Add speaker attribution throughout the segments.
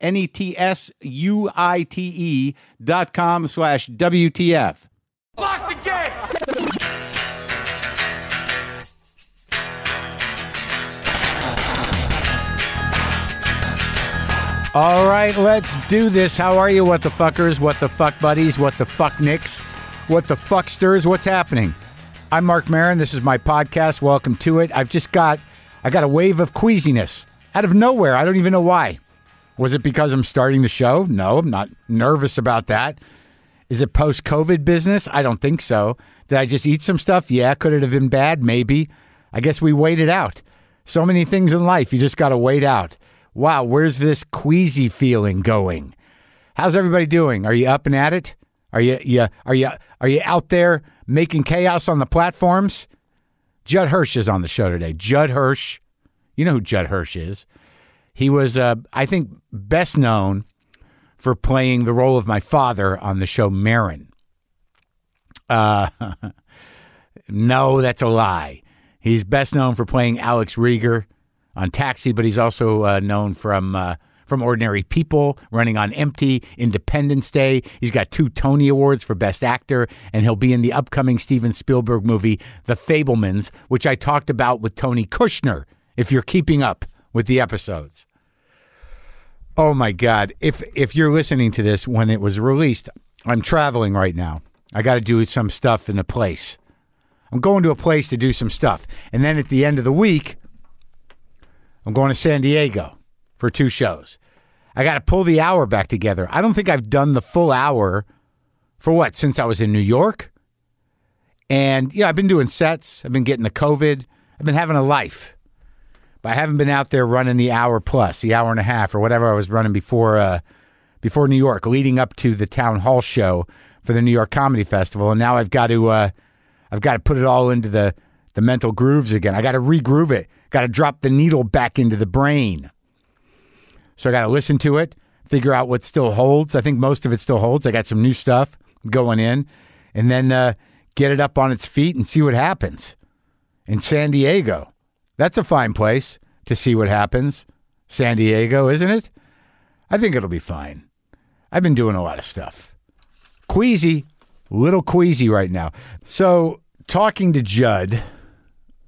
Speaker 1: N E T S U I T E dot com slash WTF.
Speaker 2: Lock the gate!
Speaker 1: All right, let's do this. How are you, what the fuckers, what the fuck buddies, what the fuck nicks, what the fucksters? What's happening? I'm Mark Marin. This is my podcast. Welcome to it. I've just got, I got a wave of queasiness out of nowhere. I don't even know why. Was it because I'm starting the show? No, I'm not nervous about that. Is it post COVID business? I don't think so. Did I just eat some stuff? Yeah. Could it have been bad? Maybe. I guess we waited out. So many things in life, you just got to wait out. Wow, where's this queasy feeling going? How's everybody doing? Are you up and at it? Are you, you are you are you out there making chaos on the platforms? Judd Hirsch is on the show today. Judd Hirsch, you know who Judd Hirsch is. He was, uh, I think, best known for playing the role of my father on the show Marin. Uh, no, that's a lie. He's best known for playing Alex Rieger on Taxi, but he's also uh, known from uh, from Ordinary People, Running on Empty, Independence Day. He's got two Tony Awards for Best Actor, and he'll be in the upcoming Steven Spielberg movie The Fablemans, which I talked about with Tony Kushner. If you're keeping up with the episodes. Oh my God! If if you're listening to this when it was released, I'm traveling right now. I got to do some stuff in a place. I'm going to a place to do some stuff, and then at the end of the week, I'm going to San Diego for two shows. I got to pull the hour back together. I don't think I've done the full hour for what since I was in New York. And yeah, I've been doing sets. I've been getting the COVID. I've been having a life but I haven't been out there running the hour plus, the hour and a half, or whatever I was running before uh, before New York, leading up to the town hall show for the New York Comedy Festival, and now I've got to uh, I've got to put it all into the the mental grooves again. I got to regroove it. Got to drop the needle back into the brain. So I got to listen to it, figure out what still holds. I think most of it still holds. I got some new stuff going in, and then uh, get it up on its feet and see what happens in San Diego. That's a fine place to see what happens. San Diego, isn't it? I think it'll be fine. I've been doing a lot of stuff. Queasy, little queasy right now. So talking to Judd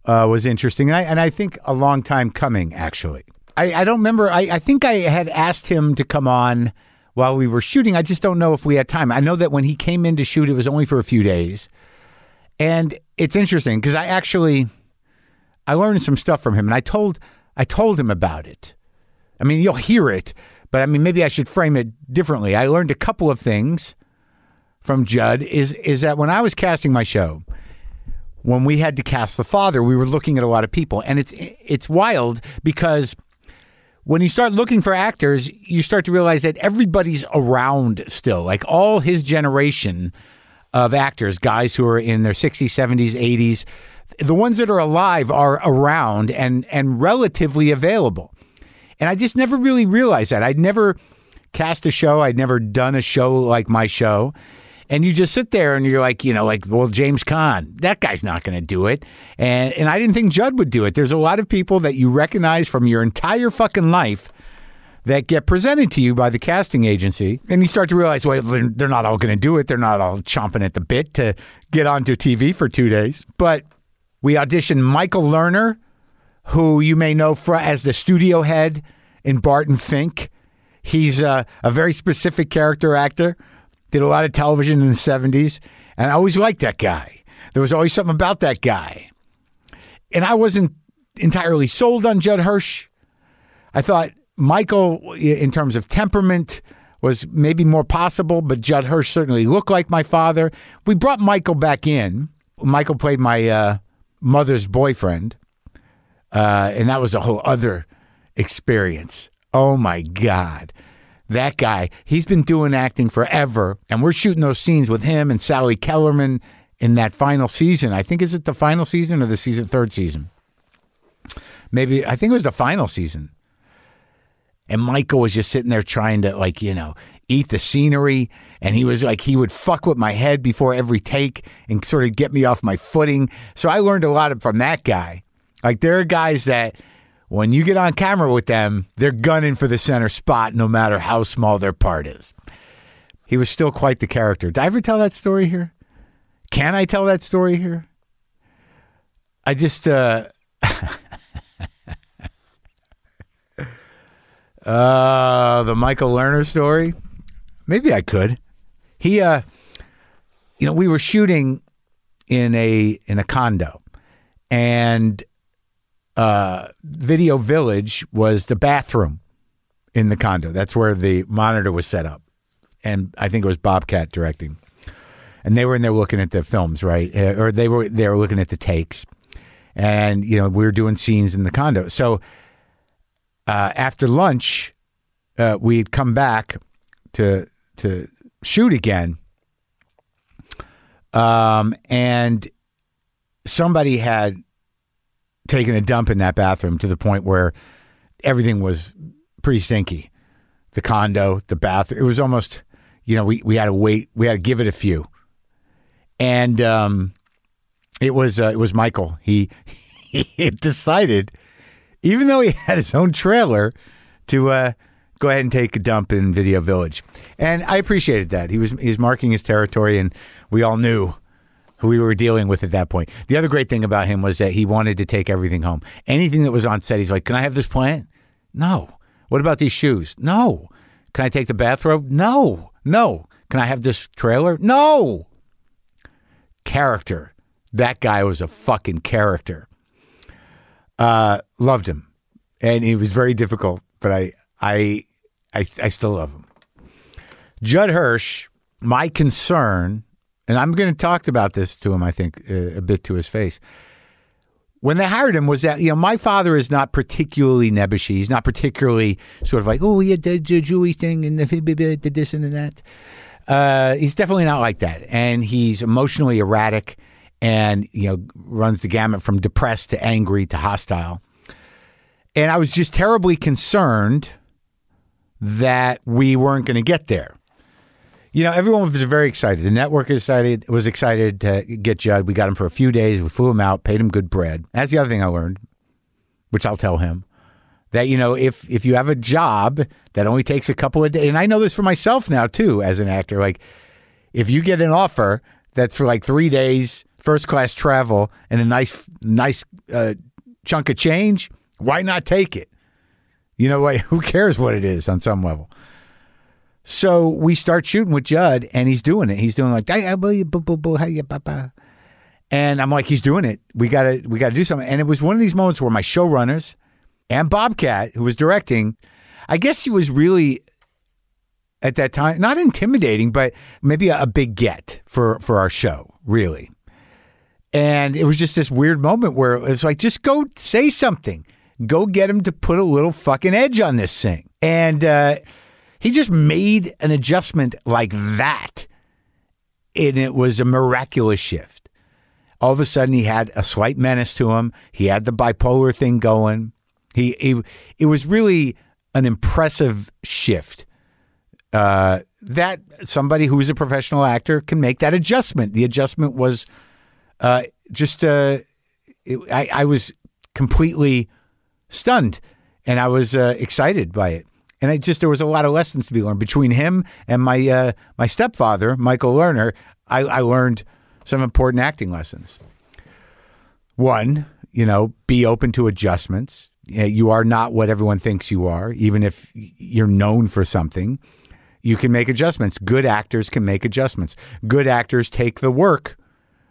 Speaker 1: uh, was interesting, and I, and I think a long time coming, actually. I, I don't remember. I, I think I had asked him to come on while we were shooting. I just don't know if we had time. I know that when he came in to shoot, it was only for a few days. And it's interesting because I actually. I learned some stuff from him, and I told I told him about it. I mean, you'll hear it, but I mean, maybe I should frame it differently. I learned a couple of things from Judd. Is is that when I was casting my show, when we had to cast the father, we were looking at a lot of people, and it's it's wild because when you start looking for actors, you start to realize that everybody's around still. Like all his generation of actors, guys who are in their 60s, 70s, 80s, the ones that are alive are around and and relatively available. And I just never really realized that. I'd never cast a show, I'd never done a show like my show. And you just sit there and you're like, you know, like, well, James Caan, that guy's not going to do it. And and I didn't think Judd would do it. There's a lot of people that you recognize from your entire fucking life that get presented to you by the casting agency. And you start to realize, well, they're they're not all going to do it. They're not all chomping at the bit to get onto TV for two days. But we auditioned Michael Lerner, who you may know fr- as the studio head in Barton Fink. He's a, a very specific character actor did a lot of television in the 70s, and I always liked that guy. There was always something about that guy. And I wasn't entirely sold on Judd Hirsch. I thought Michael, i- in terms of temperament, was maybe more possible, but Judd Hirsch certainly looked like my father. We brought Michael back in. Michael played my uh, mother's boyfriend, uh, and that was a whole other experience. Oh my God. That guy, he's been doing acting forever, and we're shooting those scenes with him and Sally Kellerman in that final season. I think is it the final season or the season third season? Maybe I think it was the final season. And Michael was just sitting there trying to like, you know, eat the scenery. And he was like, he would fuck with my head before every take and sort of get me off my footing. So I learned a lot from that guy. Like there are guys that when you get on camera with them, they're gunning for the center spot no matter how small their part is. He was still quite the character. Did I ever tell that story here? Can I tell that story here? I just uh Uh, the Michael Lerner story. Maybe I could. He, uh, you know, we were shooting in a in a condo, and uh, Video Village was the bathroom in the condo. That's where the monitor was set up, and I think it was Bobcat directing. And they were in there looking at the films, right? Uh, Or they were they were looking at the takes, and you know we were doing scenes in the condo. So uh, after lunch, uh, we had come back to to shoot again, um, and somebody had taken a dump in that bathroom to the point where everything was pretty stinky. The condo, the bathroom, it was almost, you know, we we had to wait, we had to give it a few, and um, it was uh, it was Michael. He he decided even though he had his own trailer, to uh, go ahead and take a dump in Video Village. And I appreciated that. He was he was marking his territory, and we all knew who we were dealing with at that point. The other great thing about him was that he wanted to take everything home. Anything that was on set, he's like, "Can I have this plant? No. What about these shoes? No. Can I take the bathrobe? No. No. Can I have this trailer? No." Character. That guy was a fucking character loved him, and he was very difficult. But I, I, I, I still love him. Judd Hirsch. My concern, and I'm going to talk about this to him. I think uh, a bit to his face. When they hired him, was that you know my father is not particularly nebbishy. He's not particularly sort of like oh yeah the, the Jewish thing and the, the this and the that. Uh, he's definitely not like that, and he's emotionally erratic, and you know runs the gamut from depressed to angry to hostile and I was just terribly concerned that we weren't going to get there. You know, everyone was very excited. The network excited was excited to get Judd. We got him for a few days. We flew him out, paid him good bread. That's the other thing I learned, which I'll tell him that you know if if you have a job that only takes a couple of days, and I know this for myself now too as an actor, like if you get an offer that's for like three days, first class travel, and a nice nice uh, chunk of change, why not take it? You know, like who cares what it is on some level. So we start shooting with Judd, and he's doing it. He's doing like, "Hey, I believe- boo, boo, boo, hey, yeah, ba, ba." and I'm like, he's doing it. We gotta, we gotta do something. And it was one of these moments where my showrunners and Bobcat, who was directing, I guess he was really at that time not intimidating, but maybe a, a big get for for our show, really. And it was just this weird moment where it was like, just go say something. Go get him to put a little fucking edge on this thing. And uh, he just made an adjustment like that. And it was a miraculous shift. All of a sudden, he had a slight menace to him. He had the bipolar thing going. He, he It was really an impressive shift uh, that somebody who's a professional actor can make that adjustment. The adjustment was uh, just uh, it, I, I was completely stunned and I was uh, excited by it. And I just there was a lot of lessons to be learned between him and my uh, my stepfather Michael Lerner. I, I learned some important acting lessons. One, you know, be open to adjustments. Yeah, You are not what everyone thinks you are, even if you're known for something you can make adjustments. Good actors can make adjustments. Good actors take the work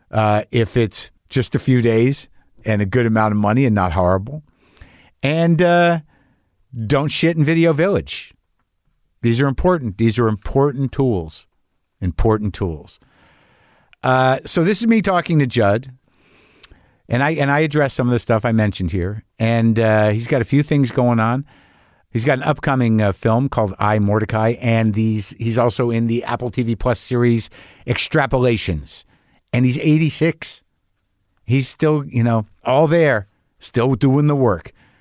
Speaker 1: uh, if it's just a few days and a good amount of money and not horrible. And uh, don't shit in Video Village. These are important. These are important tools. Important tools. Uh, so this is me talking to Judd, and I and I address some of the stuff I mentioned here. And uh, he's got a few things going on. He's got an upcoming uh, film called I Mordecai, and these he's also in the Apple TV Plus series Extrapolations, and he's 86. He's still, you know, all there, still doing the work.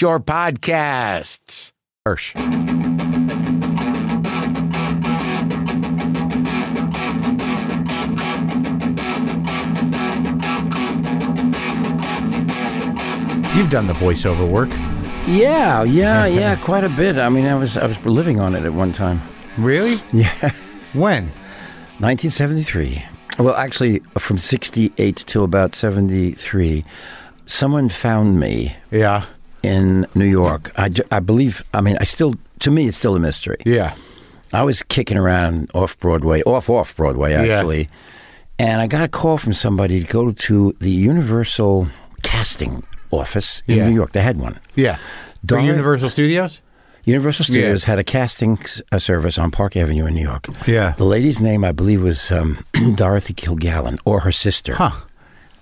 Speaker 1: your podcasts. Hirsch. You've done the voiceover work.
Speaker 3: Yeah, yeah, yeah, quite a bit. I mean, I was I was living on it at one time.
Speaker 1: Really?
Speaker 3: Yeah,
Speaker 1: When?
Speaker 3: 1973. Well, actually, from 68 till about 73, someone found me
Speaker 1: Yeah.
Speaker 3: in New York. I, ju- I believe. I mean, I still. To me, it's still a mystery.
Speaker 1: Yeah.
Speaker 3: I was kicking around off Broadway, off off Broadway
Speaker 1: Yeah.
Speaker 3: actually, and I got a call from somebody to go to the Universal casting office in
Speaker 1: Yeah.
Speaker 3: New York. They had one.
Speaker 1: Yeah. For
Speaker 3: Darn.
Speaker 1: Universal Studios?
Speaker 3: Universal
Speaker 1: Yeah.
Speaker 3: Studios had a casting s- uh service on Park Avenue in New York.
Speaker 1: Yeah.
Speaker 3: The lady's name, I believe, was um, Dorothy Kilgallen or her sister.
Speaker 1: Huh.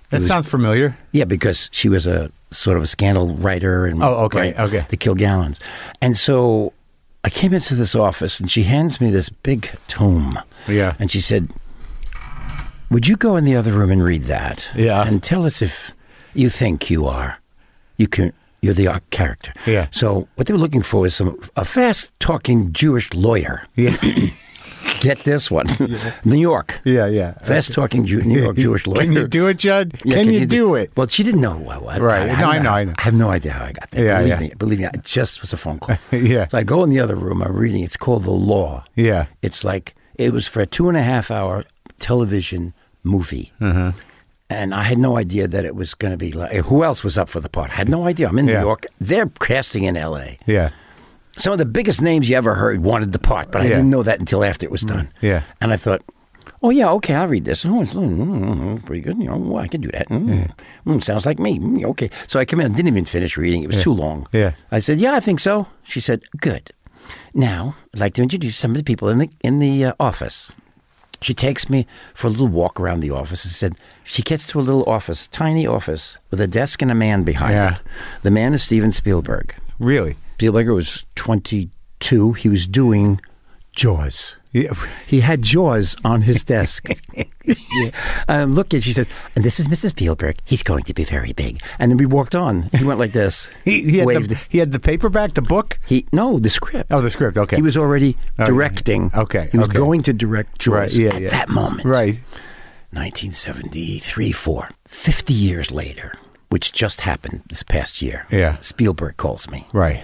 Speaker 1: That sounds familiar.
Speaker 3: Yeah, because she was a sort of a scandal writer and
Speaker 1: Oh, okay, okay.
Speaker 3: the Kilgallons, and so I came into this office and she hands me this big tome.
Speaker 1: Yeah.
Speaker 3: and she said, "Would you go in the other room and read that?
Speaker 1: Yeah.
Speaker 3: and tell us if you think you are, you can." You're the uh, character.
Speaker 1: Yeah.
Speaker 3: So what they were looking for is some a fast talking Jewish lawyer.
Speaker 1: Yeah.
Speaker 3: Get this one, New York.
Speaker 1: yeah, yeah.
Speaker 3: Fast talking Jew, New York Jewish lawyer.
Speaker 1: Can you do it, Judd?
Speaker 3: Yeah,
Speaker 1: can, you, do, it?
Speaker 3: Well, she didn't know who I was.
Speaker 1: Right.
Speaker 3: I,
Speaker 1: No, I
Speaker 3: don't
Speaker 1: know, I know.
Speaker 3: I have no idea how I got there.
Speaker 1: Yeah,
Speaker 3: believe
Speaker 1: yeah.
Speaker 3: me, believe me, it just was a phone call.
Speaker 1: Yeah.
Speaker 3: So I go in the other room. I'm reading. It's called The Law.
Speaker 1: Yeah.
Speaker 3: It's like it was for a two and a half hour television movie.
Speaker 1: Mm-hmm.
Speaker 3: And I had no idea that it was going to be like who else was up for the part. I had no idea. I'm in
Speaker 1: Yeah.
Speaker 3: New York. They're casting in L.A.
Speaker 1: Yeah.
Speaker 3: Some of the biggest names you ever heard wanted the part, but I
Speaker 1: Yeah. Mm.
Speaker 3: didn't know that until after it was done.
Speaker 1: Yeah.
Speaker 3: And I thought, oh, yeah, okay, I'll read this. Oh, it's mm, mm, mm, pretty good. You know, well, I can do that. Mm, mm, sounds like me. Mm, okay. So I came in and didn't even finish reading. It was too long.
Speaker 1: Yeah.
Speaker 3: I said, yeah, I think so. She said, good. Now, I'd like to introduce some of the people in the, in the uh, office. She takes me for a little walk around the office and said, she gets to a little office, tiny office, with a desk and a man behind
Speaker 1: Yeah.
Speaker 3: it. The man is Steven Spielberg.
Speaker 1: Really?
Speaker 3: Spielberger was 22. He was doing Jaws.
Speaker 1: Yeah.
Speaker 3: He had Jaws on his desk. um, look, and she says, and this is Mrs. Spielberg. He's going to be very big. And then we walked on. He went like this.
Speaker 1: He, he, had
Speaker 3: waved.
Speaker 1: the, he had the paperback, the book?
Speaker 3: He no the script.
Speaker 1: Oh, the script. Okay. Oh,
Speaker 3: He was already
Speaker 1: yeah.
Speaker 3: directing.
Speaker 1: Okay,
Speaker 3: He was
Speaker 1: okay.
Speaker 3: going to direct Jaws
Speaker 1: Right, yeah,
Speaker 3: at
Speaker 1: yeah.
Speaker 3: that moment.
Speaker 1: Right.
Speaker 3: 1973, 4. 50 years later, which just happened this past year.
Speaker 1: Yeah.
Speaker 3: Spielberg calls me
Speaker 1: Right.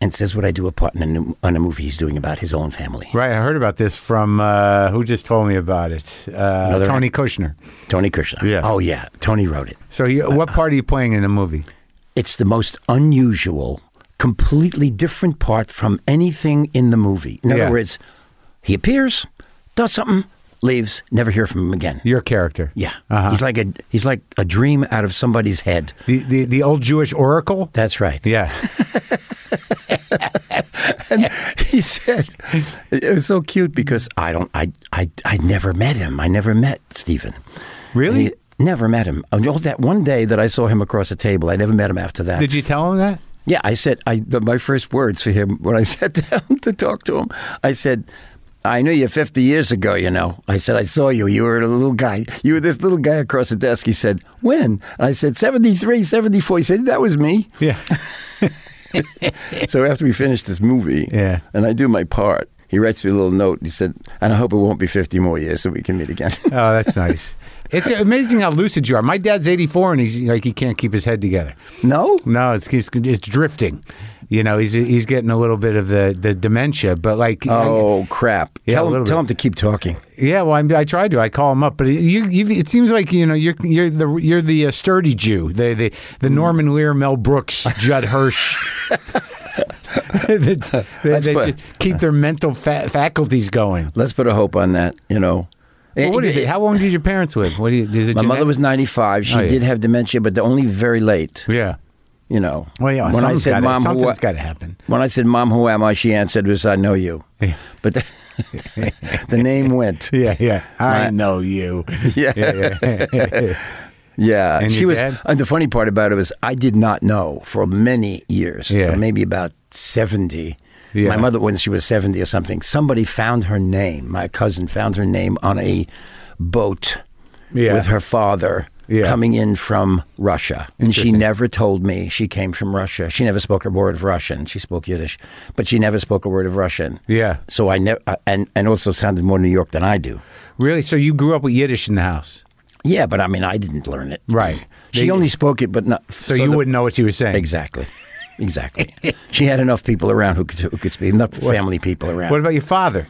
Speaker 3: and says would I do a part in a, new, on a movie he's doing about his own family.
Speaker 1: Right. I heard about this from uh, who just told me about it? Uh,
Speaker 3: Another-
Speaker 1: Tony Kushner.
Speaker 3: Tony Kushner.
Speaker 1: Yeah.
Speaker 3: Oh yeah, Tony wrote it.
Speaker 1: So, you, what part are you playing in the movie?
Speaker 3: It's the most unusual, completely different part from anything in the movie. In
Speaker 1: Yeah.
Speaker 3: other words, he appears, does something, leaves, never hear from him again.
Speaker 1: Your character.
Speaker 3: Yeah.
Speaker 1: Uh-huh.
Speaker 3: He's like a he's like a dream out of somebody's head.
Speaker 1: The, the, the old Jewish oracle?
Speaker 3: That's right.
Speaker 1: Yeah.
Speaker 3: he said it was so cute because I don't I I I never met him. I never met Stephen.
Speaker 4: Really?
Speaker 3: And he- never met him. Until that one day that I saw him across a table. I never met him after that.
Speaker 4: Did you tell him that?
Speaker 3: Yeah, I said I the, my first words for him when I sat down to talk to him. I said, "I knew you 50 years ago, you know." I said, "I saw you. You were a little guy. You were this little guy across the desk." He said, "When?" And I said, "73, 74." He said, "That was me."
Speaker 4: Yeah.
Speaker 3: so after we finished this movie,
Speaker 4: Yeah.
Speaker 3: and I do my part, he writes me a little note. He said, "And I hope it won't be 50 more years so we can meet again."
Speaker 4: Oh, that's nice. It's amazing how lucid you are. My dad's 84 and he's like he can't keep his head together.
Speaker 3: no,
Speaker 4: No, it's it's, it's drifting. You know, he's he's getting a little bit of the, the dementia, but like
Speaker 3: oh crap!
Speaker 4: Yeah, a
Speaker 3: tell him,
Speaker 4: little
Speaker 3: tell
Speaker 4: bit.
Speaker 3: him to keep talking.
Speaker 4: Yeah, well, I'm, I tried to. I call him up, but you, you, it seems like you know you're you're the you're the uh, sturdy Jew, the the,
Speaker 3: Mm.
Speaker 4: the Norman Lear, Mel Brooks, Judd Hirsch. they they-
Speaker 3: That's
Speaker 4: they
Speaker 3: fun.
Speaker 4: ju- keep their mental fa- faculties going.
Speaker 3: Let's put a hope on that. You know,
Speaker 4: Well, what is it? How long did your parents live? What do you, is it
Speaker 3: My
Speaker 4: genetic?
Speaker 3: mother was 95. She
Speaker 4: Oh, yeah.
Speaker 3: did have dementia, but the only very late,
Speaker 4: Yeah.
Speaker 3: you know.
Speaker 4: Well, yeah.
Speaker 3: when I
Speaker 4: something's
Speaker 3: said,
Speaker 4: gotta-
Speaker 3: Mom, who,
Speaker 4: something's got to happen.
Speaker 3: when I said, Mom, who am I? She answered, was, I know you. But the, the name went.
Speaker 4: Yeah, yeah. I
Speaker 3: My-
Speaker 4: know you.
Speaker 3: Yeah.
Speaker 4: yeah, yeah.
Speaker 3: Yeah.
Speaker 4: And
Speaker 3: she
Speaker 4: your
Speaker 3: was,
Speaker 4: dad?
Speaker 3: and the funny part about it was, I did not know for many years,
Speaker 4: Yeah.
Speaker 3: maybe about 70.
Speaker 4: Yeah.
Speaker 3: My mother, when she was 70 or something, somebody found her name. My cousin found her name on a boat
Speaker 4: Yeah.
Speaker 3: with her father
Speaker 4: Yeah.
Speaker 3: coming in from Russia. And she never told me she came from Russia. She never spoke a word of Russian. She spoke Yiddish, but she never spoke a word of Russian.
Speaker 4: Yeah.
Speaker 3: So I never, and, and also sounded more New York than I do.
Speaker 4: Really? So you grew up with Yiddish in the house,
Speaker 3: Yeah, but I mean, I didn't learn it.
Speaker 4: right?
Speaker 3: She
Speaker 4: They-
Speaker 3: only spoke it, but not.
Speaker 4: So, you wouldn't know what she was saying.
Speaker 3: Exactly. Exactly. she had enough people around who could, who could speak, enough family people around.
Speaker 4: What about your father?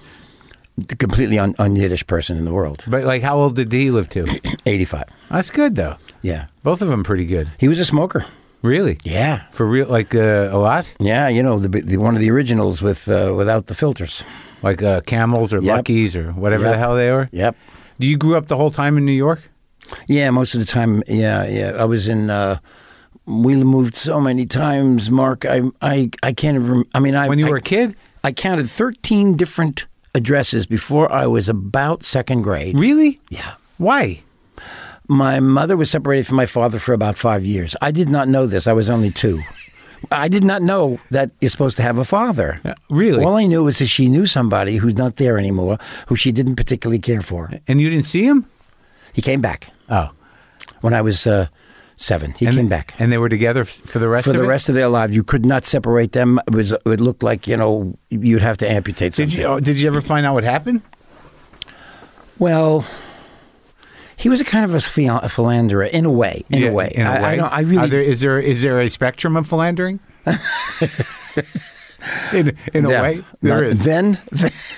Speaker 3: the completely un, un Yiddish person in the world.
Speaker 4: But like, how old did he live to?
Speaker 3: 85.
Speaker 4: That's good though.
Speaker 3: Yeah.
Speaker 4: Both of them pretty good.
Speaker 3: He was a smoker.
Speaker 4: Really?
Speaker 3: Yeah.
Speaker 4: For real, like uh, a lot,
Speaker 3: Yeah, you know the, the one of the originals with uh, without the filters.
Speaker 4: like uh, camels or
Speaker 3: Yep.
Speaker 4: luckies or whatever the
Speaker 3: Yep.
Speaker 4: hell they were.
Speaker 3: Yep.
Speaker 4: Do you grew up the whole time in New York?
Speaker 3: Yeah, most of the time. Yeah, yeah. I was in. Uh, we moved so many times, Mark. I I I can't even. rem- I mean, I
Speaker 4: When you
Speaker 3: I-
Speaker 4: were a kid?
Speaker 3: I counted thirteen different addresses before I was about second grade.
Speaker 4: Really?
Speaker 3: Yeah.
Speaker 4: Why?
Speaker 3: My mother was separated from my father for about five years. I did not know this. I was only two. I did not know that you're supposed to have a father.
Speaker 4: Uh, really?
Speaker 3: All I knew was that she knew somebody who's not there anymore, who she didn't particularly care for.
Speaker 4: And you didn't see him?
Speaker 3: He came back
Speaker 4: Oh,
Speaker 3: when I was uh, seven. He
Speaker 4: and
Speaker 3: came back
Speaker 4: And they were together f- for the rest
Speaker 3: for
Speaker 4: of
Speaker 3: the
Speaker 4: it?
Speaker 3: rest of their lives. You could not separate them. It was. It looked like you know you'd have to amputate
Speaker 4: Did
Speaker 3: something.
Speaker 4: you uh, oh, did you ever find out what happened?
Speaker 3: Well, he was a kind of a, phil- a philanderer in a way. In a way.
Speaker 4: In a
Speaker 3: I,
Speaker 4: way.
Speaker 3: I, don't, I
Speaker 4: Are
Speaker 3: really.
Speaker 4: there, is there is there a spectrum of philandering? in in a
Speaker 3: Yes.
Speaker 4: way, there
Speaker 3: Not-
Speaker 4: is.
Speaker 3: Then,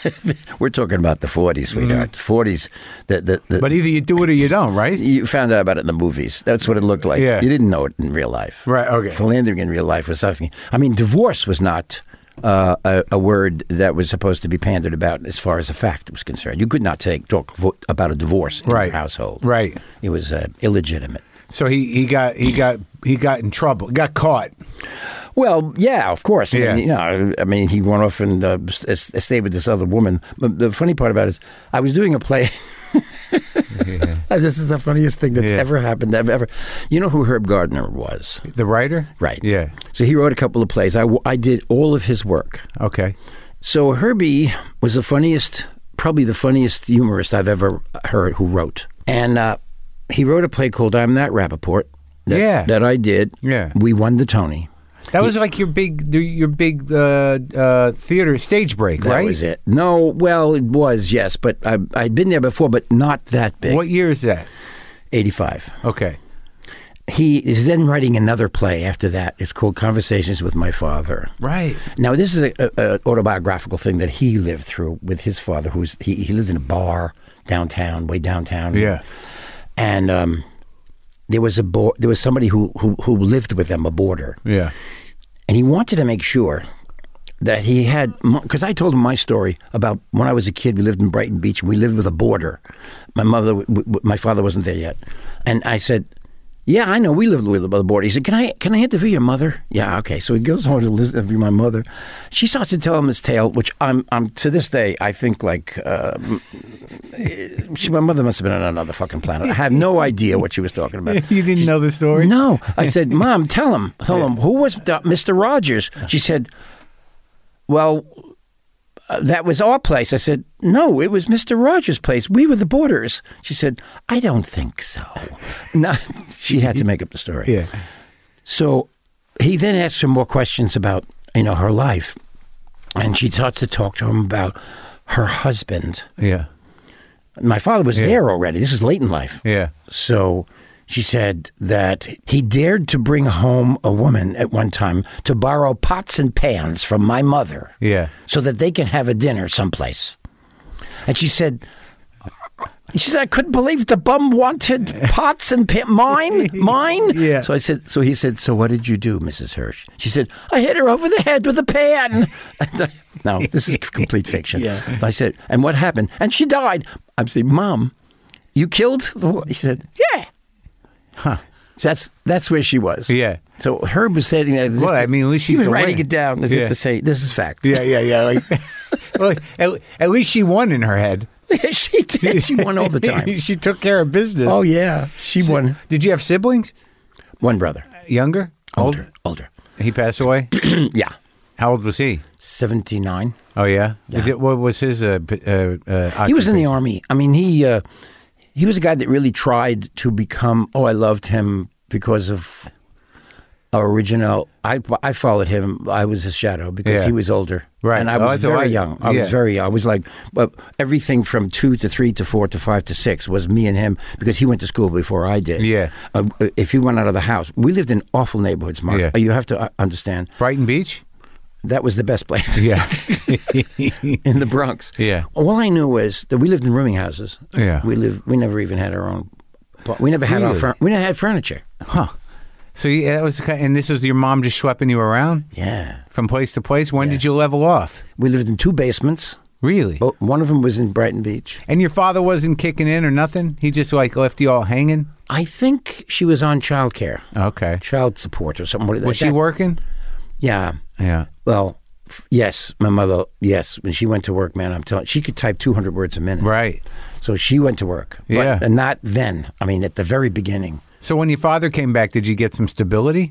Speaker 3: we're talking about the 40s,
Speaker 4: Mm.
Speaker 3: sweetheart. 40s. The, the, the,
Speaker 4: But either you do it or you don't, right?
Speaker 3: you found out about it in the movies. That's what it looked like.
Speaker 4: Yeah.
Speaker 3: You didn't know it in real life.
Speaker 4: Right, okay.
Speaker 3: Philandering in real life was something. I mean, divorce was not uh, a, a word that was supposed to be pandered about as far as a fact was concerned. You could not take talk vo- about a divorce in
Speaker 4: Right.
Speaker 3: your household.
Speaker 4: Right.
Speaker 3: It was uh, illegitimate.
Speaker 4: So he, he got he got he got in trouble, got caught.
Speaker 3: Well, yeah, of course. I
Speaker 4: Yeah.
Speaker 3: mean, you know, I mean, he went off and uh, s- s- stayed with this other woman. But the funny part about it is, I was doing a play. this is the funniest thing that's
Speaker 4: Yeah.
Speaker 3: ever happened. I've ever. You know who Herb Gardner was,
Speaker 4: The writer?
Speaker 3: right?
Speaker 4: Yeah.
Speaker 3: So he wrote a couple of plays. I, w- I did all of his work.
Speaker 4: Okay.
Speaker 3: So Herbie was the funniest, probably the funniest humorist I've ever heard who wrote. And uh, he wrote a play called I'm That Rappaport. That,
Speaker 4: Yeah.
Speaker 3: That I did.
Speaker 4: Yeah.
Speaker 3: We won the Tony.
Speaker 4: That was like your big your big uh, uh, theater stage break,
Speaker 3: That
Speaker 4: right?
Speaker 3: was it. No, well, it was yes, but I I'd been there before, but not that big.
Speaker 4: What year is that?
Speaker 3: Eighty five.
Speaker 4: Okay.
Speaker 3: He is then writing another play after that. It's called Conversations with My Father.
Speaker 4: Right.
Speaker 3: Now, this is a, a, a autobiographical thing that he lived through with his father, who was he, he lived in a bar downtown, way downtown.
Speaker 4: Yeah.
Speaker 3: and um, there was a bo- there was somebody who, who who lived with them, a boarder.
Speaker 4: Yeah.
Speaker 3: and he wanted to make sure that he had because I told him my story about when I was a kid. We lived in Brighton Beach. and We lived with a boarder. My mother, w- w- my father wasn't there yet, and I said, Yeah, I know. We live we live by the border. He said, "Can I can I interview your mother?" Yeah, okay. So he goes home to listen interview my mother. She starts to tell him this tale, which I'm I'm to this day I think like uh, she, my mother must have been on another fucking planet. I have no idea what she was talking about.
Speaker 4: You didn't know the story?
Speaker 3: No, I said, "Mom, tell him, tell him who was the, Mr. Rogers." She said, "Well." uh, That was our place. I said, No, it was Mr. Rogers' place. We were the boarders. She said, I don't think so. No, she had to make up the story.
Speaker 4: Yeah.
Speaker 3: So he then asks her more questions about, you know, her life. And she starts to talk to him about her husband.
Speaker 4: Yeah.
Speaker 3: My father was there already. This is late in life.
Speaker 4: Yeah.
Speaker 3: So she said that he dared to bring home a woman at one time to borrow pots and pans from my mother
Speaker 4: Yeah.
Speaker 3: so that they can have a dinner someplace. And she said, she said, I couldn't believe the bum wanted pots and pa- mine, mine.
Speaker 4: Yeah.
Speaker 3: So I said, so he said, so what did you do, Mrs. Hirsch? She said, I hit her over the head with a pan. And I- no, this is complete fiction.
Speaker 4: Yeah.
Speaker 3: I said, and what happened? And she died. I'm saying, Mom, you killed the wo-" She said, yeah.
Speaker 4: Huh.
Speaker 3: So that's that's where she was.
Speaker 4: Yeah.
Speaker 3: So Herb was saying that. as
Speaker 4: Well,
Speaker 3: if-
Speaker 4: I mean, at least
Speaker 3: he
Speaker 4: she's
Speaker 3: was
Speaker 4: the
Speaker 3: writing
Speaker 4: winner.
Speaker 3: it down as
Speaker 4: Yeah.
Speaker 3: if to say this is fact.
Speaker 4: Yeah. Yeah. Yeah. Like, well, at, at least she won in her head.
Speaker 3: she did. She won all the time.
Speaker 4: she took care of business.
Speaker 3: Oh yeah, she won.
Speaker 4: Did you have siblings?
Speaker 3: One brother,
Speaker 4: Younger?
Speaker 3: older, older.
Speaker 4: Old? He passed away?
Speaker 3: yeah,
Speaker 4: How old was he?
Speaker 3: seventy nine.
Speaker 4: Oh, yeah? Was it- what was his uh, p- uh, uh,
Speaker 3: He was in the
Speaker 4: occupation?
Speaker 3: army. I mean, he uh, he was a guy that really tried to become. Oh, I loved him because of our original. I I followed him. I was his shadow because
Speaker 4: Yeah.
Speaker 3: he was older,
Speaker 4: Right.
Speaker 3: And I
Speaker 4: Oh, I
Speaker 3: was
Speaker 4: thought
Speaker 3: very
Speaker 4: I-
Speaker 3: young. I
Speaker 4: yeah.
Speaker 3: was very. I was like, but everything from two to three to four to five to six was me and him because he went to school before I did.
Speaker 4: Yeah.
Speaker 3: Uh, if he went out of the house, we lived in awful neighborhoods, Mark.
Speaker 4: Yeah.
Speaker 3: You have to uh, understand.
Speaker 4: Brighton Beach?
Speaker 3: That was the best place
Speaker 4: Yeah.
Speaker 3: in the Bronx.
Speaker 4: Yeah.
Speaker 3: All I knew was that we lived in rooming houses.
Speaker 4: Yeah.
Speaker 3: We lived. We never even had our own. but We never had our.
Speaker 4: Really?
Speaker 3: Fur- we never had furniture.
Speaker 4: huh. So you, that was kind and this was your mom just schlepping you around
Speaker 3: Yeah.
Speaker 4: from place to place. When did you level off?
Speaker 3: We lived in two basements.
Speaker 4: Really?
Speaker 3: Bo- One of them was in Brighton Beach.
Speaker 4: And your father wasn't kicking in or nothing? He just like left you all hanging?
Speaker 3: I think she was on child care,
Speaker 4: Okay.
Speaker 3: child support, or something. like
Speaker 4: Was she
Speaker 3: that.
Speaker 4: working?
Speaker 3: Yeah.
Speaker 4: Yeah.
Speaker 3: Well, f- yes. My mother. Yes. When she went to work, man, I'm telling. She could type 200 words a minute.
Speaker 4: Right.
Speaker 3: So she went to work. But-
Speaker 4: Yeah.
Speaker 3: And not then. I mean, at the very beginning.
Speaker 4: So when your father came back, did you get some stability?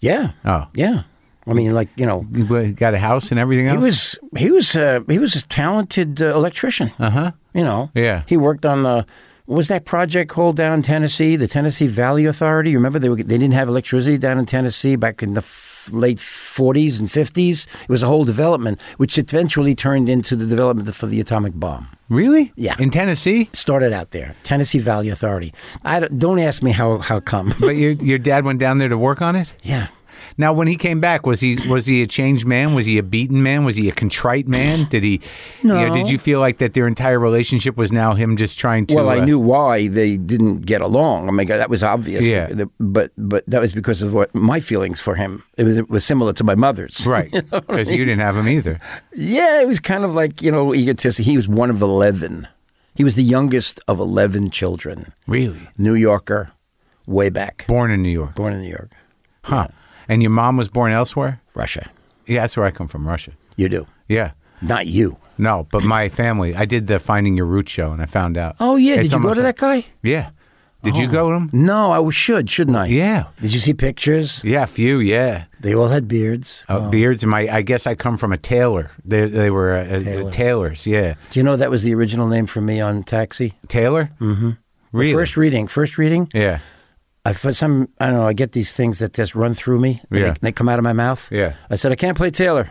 Speaker 3: Yeah.
Speaker 4: Oh.
Speaker 3: Yeah. I mean, like you know,
Speaker 4: You w- got a house and everything else?
Speaker 3: He was he was uh, he was a talented uh, electrician. Uh huh. You know.
Speaker 4: Yeah.
Speaker 3: He worked on the what was that project called down in Tennessee, the Tennessee Valley Authority. You remember they were, they didn't have electricity down in Tennessee back in the f- late forties and fifties. It was a whole development which eventually turned into the development for the atomic bomb.
Speaker 4: Really?
Speaker 3: Yeah.
Speaker 4: In Tennessee?
Speaker 3: It started out there, Tennessee Valley Authority. I don't, don't ask me how how come.
Speaker 4: But your your dad went down there to work on it?
Speaker 3: yeah.
Speaker 4: Now, when he came back, was he was he a changed man? Was he a beaten man? Was he a contrite man? Did he? You know,
Speaker 3: No.
Speaker 4: did you feel like that their entire relationship was now him just trying to?
Speaker 3: Well, I
Speaker 4: uh,
Speaker 3: knew why they didn't get along. I mean, that was obvious.
Speaker 4: Yeah.
Speaker 3: The- But but that was because of what my feelings for him. It was, it was similar to my mother's.
Speaker 4: Right, because you didn't have him either.
Speaker 3: Yeah, it was kind of like you know egotistic. He was one of eleven. He was the youngest of eleven children.
Speaker 4: Really,
Speaker 3: New Yorker, way back,
Speaker 4: born in New York,
Speaker 3: born in New York,
Speaker 4: huh? And your mom was born elsewhere.
Speaker 3: Russia.
Speaker 4: Yeah, that's where I come from, Russia.
Speaker 3: You do
Speaker 4: Yeah,
Speaker 3: not you.
Speaker 4: no, but my family. I did the Finding Your Root show, and I found out.
Speaker 3: Oh yeah,
Speaker 4: It's
Speaker 3: did you go
Speaker 4: almost
Speaker 3: to that Oh.
Speaker 4: like-
Speaker 3: guy?
Speaker 4: Yeah, did you go to him?
Speaker 3: No, I should, shouldn't I?
Speaker 4: Yeah,
Speaker 3: Did you see pictures?
Speaker 4: yeah, a few, yeah.
Speaker 3: They all had beards.
Speaker 4: Uh, Beards. and My, I guess I come from a tailor. They, they were uh, uh, tailors. Yeah,
Speaker 3: Do you know that was the original name for me on Taxi?
Speaker 4: Taylor. Mm-hmm. Really?
Speaker 3: First reading, first reading.
Speaker 4: yeah.
Speaker 3: I for some I don't know. I get these things that just run through me. and
Speaker 4: Yeah.
Speaker 3: they, they come out of my mouth.
Speaker 4: Yeah.
Speaker 3: I said I can't play Taylor.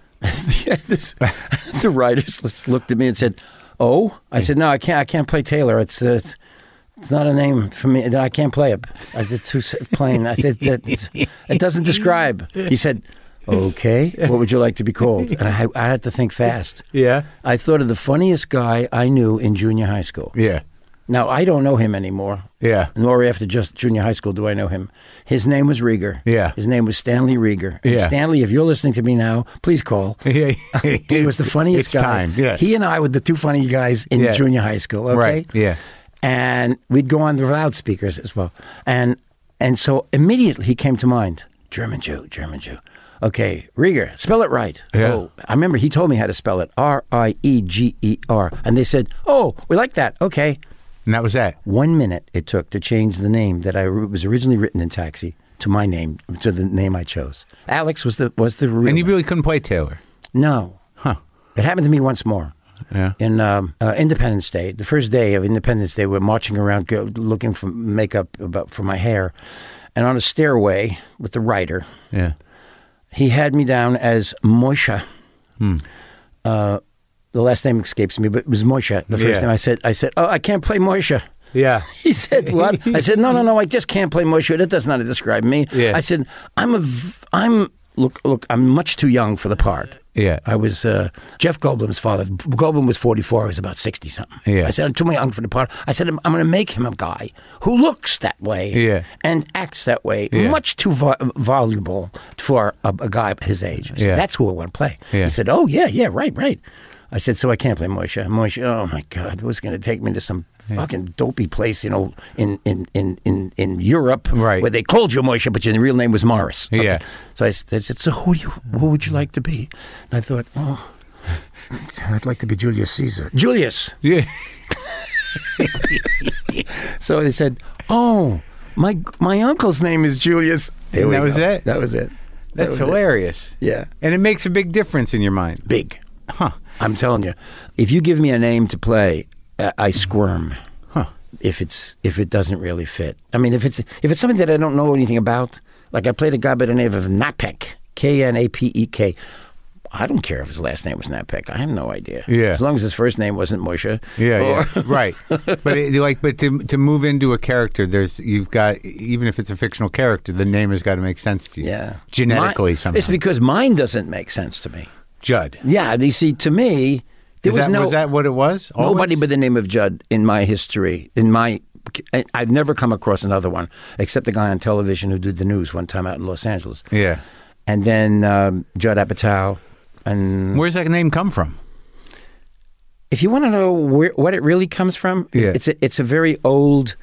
Speaker 3: This- the writers just looked at me and said, "Oh," I said, "No, I can't. I can't play Taylor. It's uh, it's- it's not a name for me. That I can't play it. I said too s- plain. I said that it doesn't describe." He said, "Okay, what would you like to be called?" And I I had to think fast.
Speaker 4: Yeah.
Speaker 3: I thought of the funniest guy I knew in junior high school.
Speaker 4: Yeah.
Speaker 3: Now I don't know him anymore
Speaker 4: Yeah.
Speaker 3: nor after just junior high school do I know him. His name was Rieger.
Speaker 4: Yeah.
Speaker 3: His name was Stanley Rieger. And
Speaker 4: Yeah.
Speaker 3: Stanley, if you're listening to me now, please call.
Speaker 4: Yeah.
Speaker 3: He was the
Speaker 4: it's
Speaker 3: funniest guy.
Speaker 4: time. Yeah.
Speaker 3: He and I were the two funny guys in
Speaker 4: Yeah.
Speaker 3: junior high school. Okay.
Speaker 4: Right. Yeah.
Speaker 3: And we'd go on the loudspeakers as well. And And so immediately he came to mind German Jew, German Jew. Okay, Rieger, spell it right.
Speaker 4: Yeah.
Speaker 3: Oh, I remember he told me how to spell it R I E G E R. And they said, Oh, we like that. Okay.
Speaker 4: And that was that.
Speaker 3: One minute it took to change the name that I was originally written in Taxi to my name, to the name I chose. Alex was the was the real
Speaker 4: And you
Speaker 3: name.
Speaker 4: really couldn't play Taylor.
Speaker 3: No.
Speaker 4: Huh.
Speaker 3: It happened to me once more.
Speaker 4: Yeah.
Speaker 3: In um, uh, Independence Day, the first day of Independence Day, we're marching around go, looking for makeup about, for my hair. And on a stairway with the writer,
Speaker 4: Yeah.
Speaker 3: he had me down as Moshe.
Speaker 4: Hmm.
Speaker 3: Uh, the last name escapes me, but it was Moshe. The first
Speaker 4: Yeah.
Speaker 3: time I said, I said, "Oh, I can't play Moshe."
Speaker 4: Yeah.
Speaker 3: He said, "What?" I said, "No, no, no. I just can't play Moshe. That does not describe me."
Speaker 4: Yeah.
Speaker 3: I said, "I'm a, v- I'm look, look. I'm much too young for the part."
Speaker 4: Yeah.
Speaker 3: I was uh, Jeff Goldblum's father. Goldblum was 44. I was about 60 something.
Speaker 4: Yeah.
Speaker 3: I said, I'm too young for the part. I said, I'm, I'm going to make him a guy who looks that way
Speaker 4: Yeah.
Speaker 3: and acts that way.
Speaker 4: Yeah.
Speaker 3: Much too vo- voluble for a, a guy his age. I said,
Speaker 4: Yeah.
Speaker 3: That's who I want to play.
Speaker 4: Yeah.
Speaker 3: He said, Oh, yeah, yeah, right, right. I said, So I can't play Moshe. Moshe, oh my God, who's going to take me to some fucking dopey place, you know, in, in, in, in, in Europe
Speaker 4: Right.
Speaker 3: where they called you Moshe, but your real name was Morris.
Speaker 4: Yeah.
Speaker 3: So I said, I said, so who you? Who would you like to be? And I thought, oh, I'd like to be Julius Caesar. Julius.
Speaker 4: Yeah.
Speaker 3: So they said, oh, my my uncle's name is Julius. There
Speaker 4: And
Speaker 3: we
Speaker 4: that was
Speaker 3: go.
Speaker 4: it?
Speaker 3: That was it. That
Speaker 4: That's
Speaker 3: was it.
Speaker 4: hilarious.
Speaker 3: Yeah.
Speaker 4: And it makes a big difference in your mind.
Speaker 3: Big.
Speaker 4: Huh.
Speaker 3: I'm telling you, if you give me a name to play, I, I squirm. Huh. If it's if it doesn't really fit. I mean, if it's if it's something that I don't know anything about, like I played a guy by the name of Napek, K N A P E K. I don't care if his last name was Napek. I have no idea.
Speaker 4: Yeah.
Speaker 3: As long as his first name wasn't Moshe.
Speaker 4: Yeah,
Speaker 3: Or-
Speaker 4: yeah. right. But it, like, but to to move into a character, there's you've got even if it's a fictional character, the name has got to make sense to you.
Speaker 3: Yeah.
Speaker 4: genetically
Speaker 3: Mine-
Speaker 4: somehow.
Speaker 3: It's because mine doesn't make sense to me.
Speaker 4: Judd.
Speaker 3: Yeah, you see, to me, there
Speaker 4: Is
Speaker 3: was
Speaker 4: that,
Speaker 3: no
Speaker 4: was that what it was? Always?
Speaker 3: nobody by the name of Judd in my history. In my, I- I've never come across another one except the guy on television who did the news one time out in Los Angeles.
Speaker 4: Yeah.
Speaker 3: and then um, Judd Apatow. And
Speaker 4: Where's that name come from?
Speaker 3: if you want to know where, what it really comes from,
Speaker 4: Yeah.
Speaker 3: it's a, it's a very old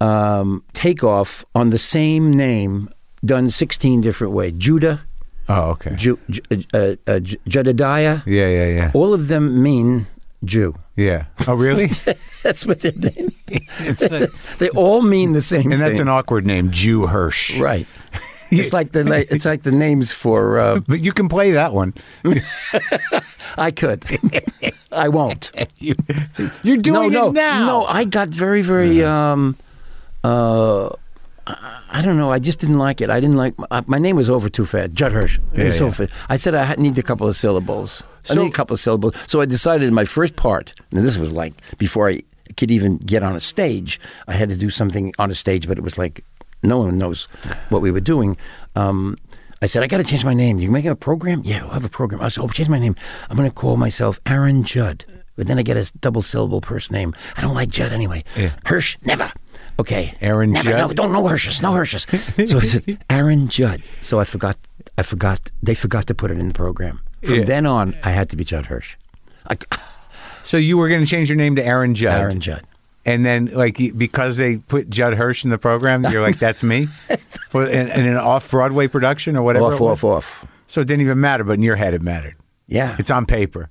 Speaker 3: um, takeoff on the same name done sixteen different ways. Judah,
Speaker 4: Oh, okay.
Speaker 3: Ju, Ju- uh, uh, Ju- Jedediah.
Speaker 4: yeah, yeah, yeah.
Speaker 3: All of them mean Jew.
Speaker 4: Yeah. Oh, really?
Speaker 3: That's what they mean.
Speaker 4: It's a-
Speaker 3: they all mean the same thing.
Speaker 4: and that's an awkward name, Jew Hirsch.
Speaker 3: right. It's like the la- it's like the names for. Uh,
Speaker 4: But you can play that one.
Speaker 3: I could, I won't.
Speaker 4: You, you're
Speaker 3: no,
Speaker 4: doing
Speaker 3: no,
Speaker 4: it now.
Speaker 3: no. I got very, very. Um, uh, I- I don't know. I just didn't like it. I didn't like uh, my, my name was over too fast. Judd Hirsch. It
Speaker 4: Yeah,
Speaker 3: was so
Speaker 4: yeah.
Speaker 3: fast. I said I had- need a couple of syllables.
Speaker 4: So-
Speaker 3: I need a couple of syllables. So I decided in my first part, and this was like before I could even get on a stage, I had to do something on a stage, but it was like no one knows what we were doing. Um, I said, I got to change my name. You make a program? Yeah, we'll have a program. I said, oh, change my name. I'm going to call myself Aaron Judd. But then I get a double syllable first name. I don't like Judd anyway.
Speaker 4: Yeah.
Speaker 3: Hirsch, never. Okay.
Speaker 4: Aaron
Speaker 3: never,
Speaker 4: Judd?
Speaker 3: No, don't know Hirsch's. No Hirsch's. so I said, Aaron Judd. So I forgot. I forgot. They forgot to put it in the program. From
Speaker 4: Yeah.
Speaker 3: then on, I had to be Judd Hirsch. I,
Speaker 4: So you were going to change your name to Aaron Judd.
Speaker 3: Aaron Judd.
Speaker 4: And then, like, y- because they put Judd Hirsch in the program, you're like, that's me? Well, in, in an off Broadway production or whatever? it
Speaker 3: Off,
Speaker 4: was?
Speaker 3: off, off.
Speaker 4: So it didn't even matter, but in your head, it mattered.
Speaker 3: Yeah.
Speaker 4: It's on paper,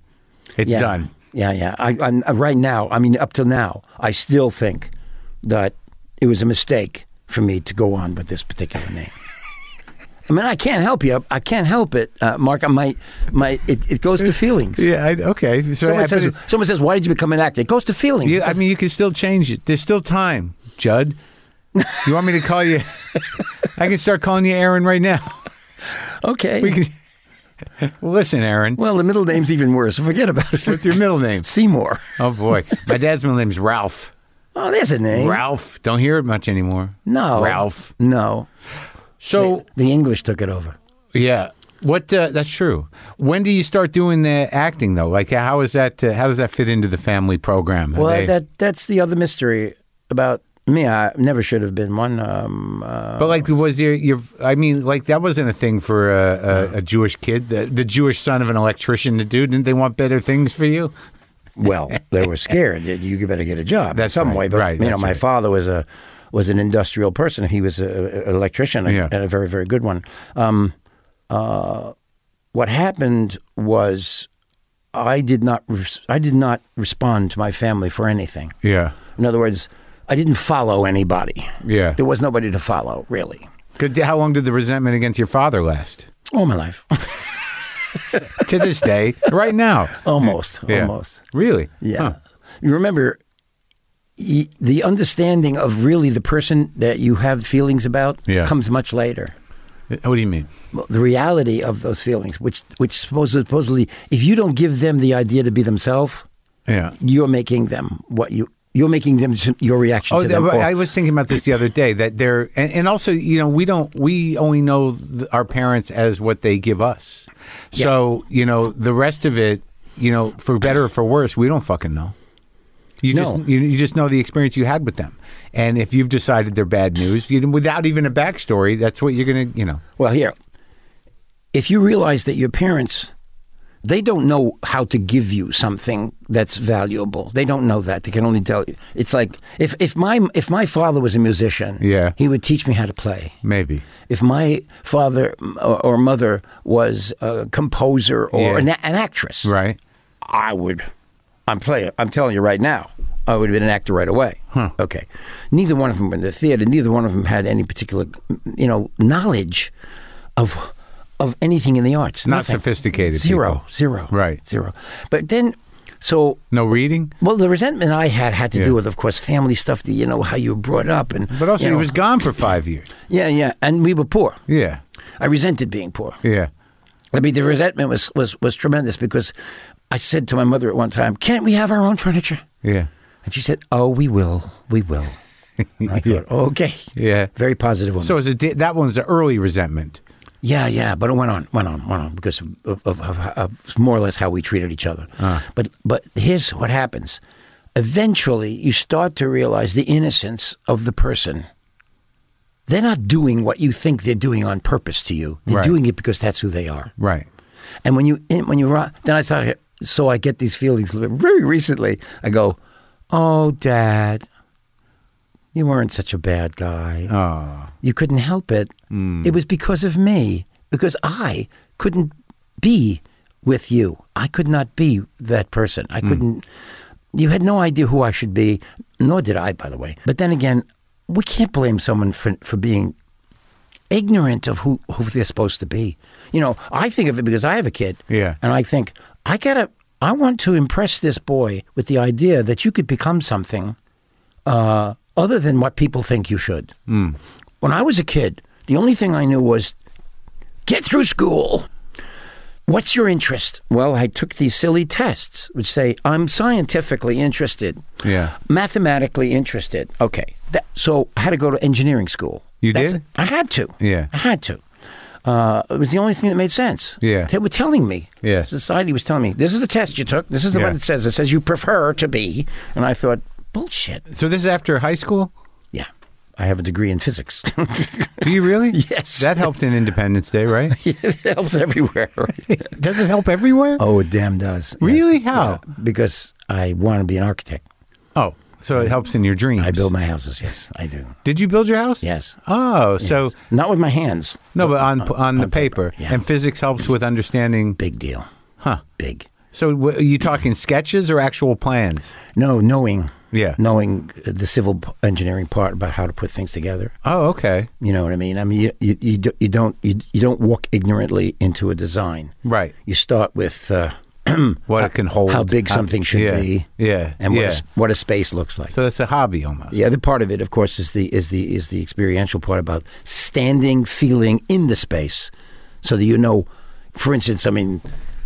Speaker 4: it's
Speaker 3: yeah.
Speaker 4: done.
Speaker 3: Yeah, yeah. I, I'm, uh, right now, I mean, up till now, I still think that it was a mistake for me to go on with this particular name. I mean, I can't help you. I can't help it, uh, Mark. I might, my, it, it goes to feelings.
Speaker 4: Yeah, I, okay. So I,
Speaker 3: Someone
Speaker 4: but
Speaker 3: says,
Speaker 4: it's-
Speaker 3: someone says, why did you become an actor? It goes to feelings.
Speaker 4: you, I mean, you can still change it. There's still time, Judd. You want me to call you? I can start calling you Aaron right now.
Speaker 3: okay.
Speaker 4: We can, listen, Aaron.
Speaker 3: well, the middle name's even worse. Forget about it.
Speaker 4: What's your middle name?
Speaker 3: Seymour.
Speaker 4: Oh, boy. My dad's middle name's Ralph.
Speaker 3: Oh, there's a name.
Speaker 4: Ralph. Don't hear it much anymore.
Speaker 3: No.
Speaker 4: Ralph.
Speaker 3: No.
Speaker 4: So,
Speaker 3: The English took it over.
Speaker 4: yeah. What uh, that's true. When do you start doing the acting though? Like how is that uh, how does that fit into the family program? Are
Speaker 3: Well,
Speaker 4: they-
Speaker 3: that that's the other mystery about me. I never should have been one. Um, uh,
Speaker 4: but like was your your I mean like that wasn't a thing for a, a, a Jewish kid, the, the Jewish son of an electrician to do. Didn't they want better things for you?
Speaker 3: well, they were scared that you better get a job
Speaker 4: That's
Speaker 3: in some
Speaker 4: right,
Speaker 3: way. But
Speaker 4: right,
Speaker 3: you know,
Speaker 4: that's
Speaker 3: my
Speaker 4: right.
Speaker 3: father was a was an industrial person. He was a, an electrician and-
Speaker 4: Yeah.
Speaker 3: and a very, very good one. Um, uh, what happened was I did not res- I did not respond to my family for anything.
Speaker 4: Yeah.
Speaker 3: In other words, I didn't follow anybody.
Speaker 4: Yeah.
Speaker 3: There was nobody to follow, really.
Speaker 4: Good. How long did the resentment against your father last?
Speaker 3: All my life,
Speaker 4: to this day, right now.
Speaker 3: almost,
Speaker 4: Yeah.
Speaker 3: almost.
Speaker 4: Really?
Speaker 3: Yeah.
Speaker 4: Huh.
Speaker 3: You remember y- the understanding of really the person that you have feelings about
Speaker 4: Yeah.
Speaker 3: comes much later.
Speaker 4: What do you mean?
Speaker 3: Well, The reality of those feelings, which which supposedly, supposedly, if you don't give them the idea to be themselves,
Speaker 4: Yeah.
Speaker 3: you're making them what you you're making them s- your reaction
Speaker 4: Oh,
Speaker 3: to
Speaker 4: th-
Speaker 3: them. or-
Speaker 4: I was thinking about this the other day that they're, and, and also, you know, we don't, we only know th- our parents as what they give us. So, you know, the rest of it, you know, for better or for worse, we don't fucking know. You
Speaker 3: No.
Speaker 4: just you, you just know the experience you had with them, and if you've decided they're bad news, you, without even a backstory, that's what you're gonna, you know.
Speaker 3: Well, here, if you realize that your parents, they don't know how to give you something that's valuable. They don't know that. They can only tell you. It's like if if my if my father was a musician,
Speaker 4: Yeah.
Speaker 3: he would teach me how to play.
Speaker 4: Maybe.
Speaker 3: If my father uh, or, or mother was a composer or
Speaker 4: Yeah.
Speaker 3: an, an actress,
Speaker 4: Right.
Speaker 3: I would. I'm playing. I'm telling you right now. I would have been an actor right away. Okay. Neither one of them went to theater. Neither one of them had any particular, you know, knowledge of of anything in the arts.
Speaker 4: Not
Speaker 3: Nothing.
Speaker 4: sophisticated
Speaker 3: Zero.
Speaker 4: people.
Speaker 3: Zero.
Speaker 4: Right.
Speaker 3: Zero. But then, so
Speaker 4: No reading.
Speaker 3: well, the resentment I had had to
Speaker 4: Yeah.
Speaker 3: do with, of course, family stuff. The you know how you were brought up and
Speaker 4: But also,
Speaker 3: you
Speaker 4: he
Speaker 3: know,
Speaker 4: was gone for five years.
Speaker 3: yeah yeah, and we were poor.
Speaker 4: Yeah.
Speaker 3: I resented being poor.
Speaker 4: Yeah.
Speaker 3: I mean, the resentment was was was tremendous because I said to my mother at one time, "Can't we have our own furniture?"
Speaker 4: Yeah.
Speaker 3: And she said, "Oh, we will, we will." And I thought, "Okay,
Speaker 4: Yeah.
Speaker 3: very positive woman."
Speaker 4: So is it, that one's an early resentment.
Speaker 3: yeah, yeah, but it went on, went on, went on because of, of, of, of more or less how we treated each other.
Speaker 4: Ah.
Speaker 3: But but here's what happens: eventually, you start to realize the innocence of the person. They're not doing what you think they're doing on purpose to you. They're
Speaker 4: Right.
Speaker 3: doing it because that's who they are.
Speaker 4: Right.
Speaker 3: And when you and when you ri- then I started so I get these feelings very recently. I go, "Oh, Dad, you weren't such a bad guy.
Speaker 4: Oh.
Speaker 3: You couldn't help it. It was because of me. Because I couldn't be with you. I could not be that person. I couldn't. You had no idea who I should be, nor did I, by the way. But then again, we can't blame someone for for being ignorant of who, who they're supposed to be. You know, I think of it because I have a kid.
Speaker 4: Yeah.
Speaker 3: And I think, I gotta, I want to impress this boy with the idea that you could become something uh, other than what people think you should. When I was a kid, the only thing I knew was get through school. What's your interest? Well, I took these silly tests which say I'm scientifically interested.
Speaker 4: Yeah.
Speaker 3: Mathematically interested. Okay. That, so I had to go to engineering school.
Speaker 4: You did?
Speaker 3: I had to.
Speaker 4: Yeah.
Speaker 3: I had to. Uh, it was the only thing that made sense.
Speaker 4: Yeah.
Speaker 3: They were telling me.
Speaker 4: Yeah.
Speaker 3: Society was telling me, this is the test you took. This is the
Speaker 4: Yeah.
Speaker 3: one it says. It says you prefer to be. And I thought, bullshit.
Speaker 4: So this is after high school?
Speaker 3: Yeah. I have a degree in physics.
Speaker 4: Do you really?
Speaker 3: Yes.
Speaker 4: That helped in Independence Day, right?
Speaker 3: it helps everywhere.
Speaker 4: Does it help everywhere?
Speaker 3: oh, it damn does. Yes.
Speaker 4: Really? How?
Speaker 3: Yeah, because I want to be an architect.
Speaker 4: Oh, so it helps in your dreams.
Speaker 3: I build my houses. Yes, I do.
Speaker 4: Did you build your house?
Speaker 3: Yes.
Speaker 4: Oh, so
Speaker 3: Not with my hands.
Speaker 4: no, but on on the paper.
Speaker 3: yeah.
Speaker 4: And physics helps with understanding.
Speaker 3: Big deal.
Speaker 4: Huh.
Speaker 3: Big.
Speaker 4: So w- are you talking sketches or actual plans?
Speaker 3: No, knowing.
Speaker 4: Yeah.
Speaker 3: Knowing the civil p- engineering part about how to put things together.
Speaker 4: Oh, okay.
Speaker 3: You know what I mean? I mean, you you, you, do, you don't you, you don't walk ignorantly into a design.
Speaker 4: Right.
Speaker 3: You start with uh,
Speaker 4: What it can hold.
Speaker 3: how big something should
Speaker 4: yeah,
Speaker 3: be.
Speaker 4: Yeah.
Speaker 3: And what,
Speaker 4: yeah.
Speaker 3: a, s- what a space looks like.
Speaker 4: so that's a hobby almost.
Speaker 3: The other part of it, of course, is the is the is the experiential part about standing, feeling in the space, so that you know. For instance, I mean,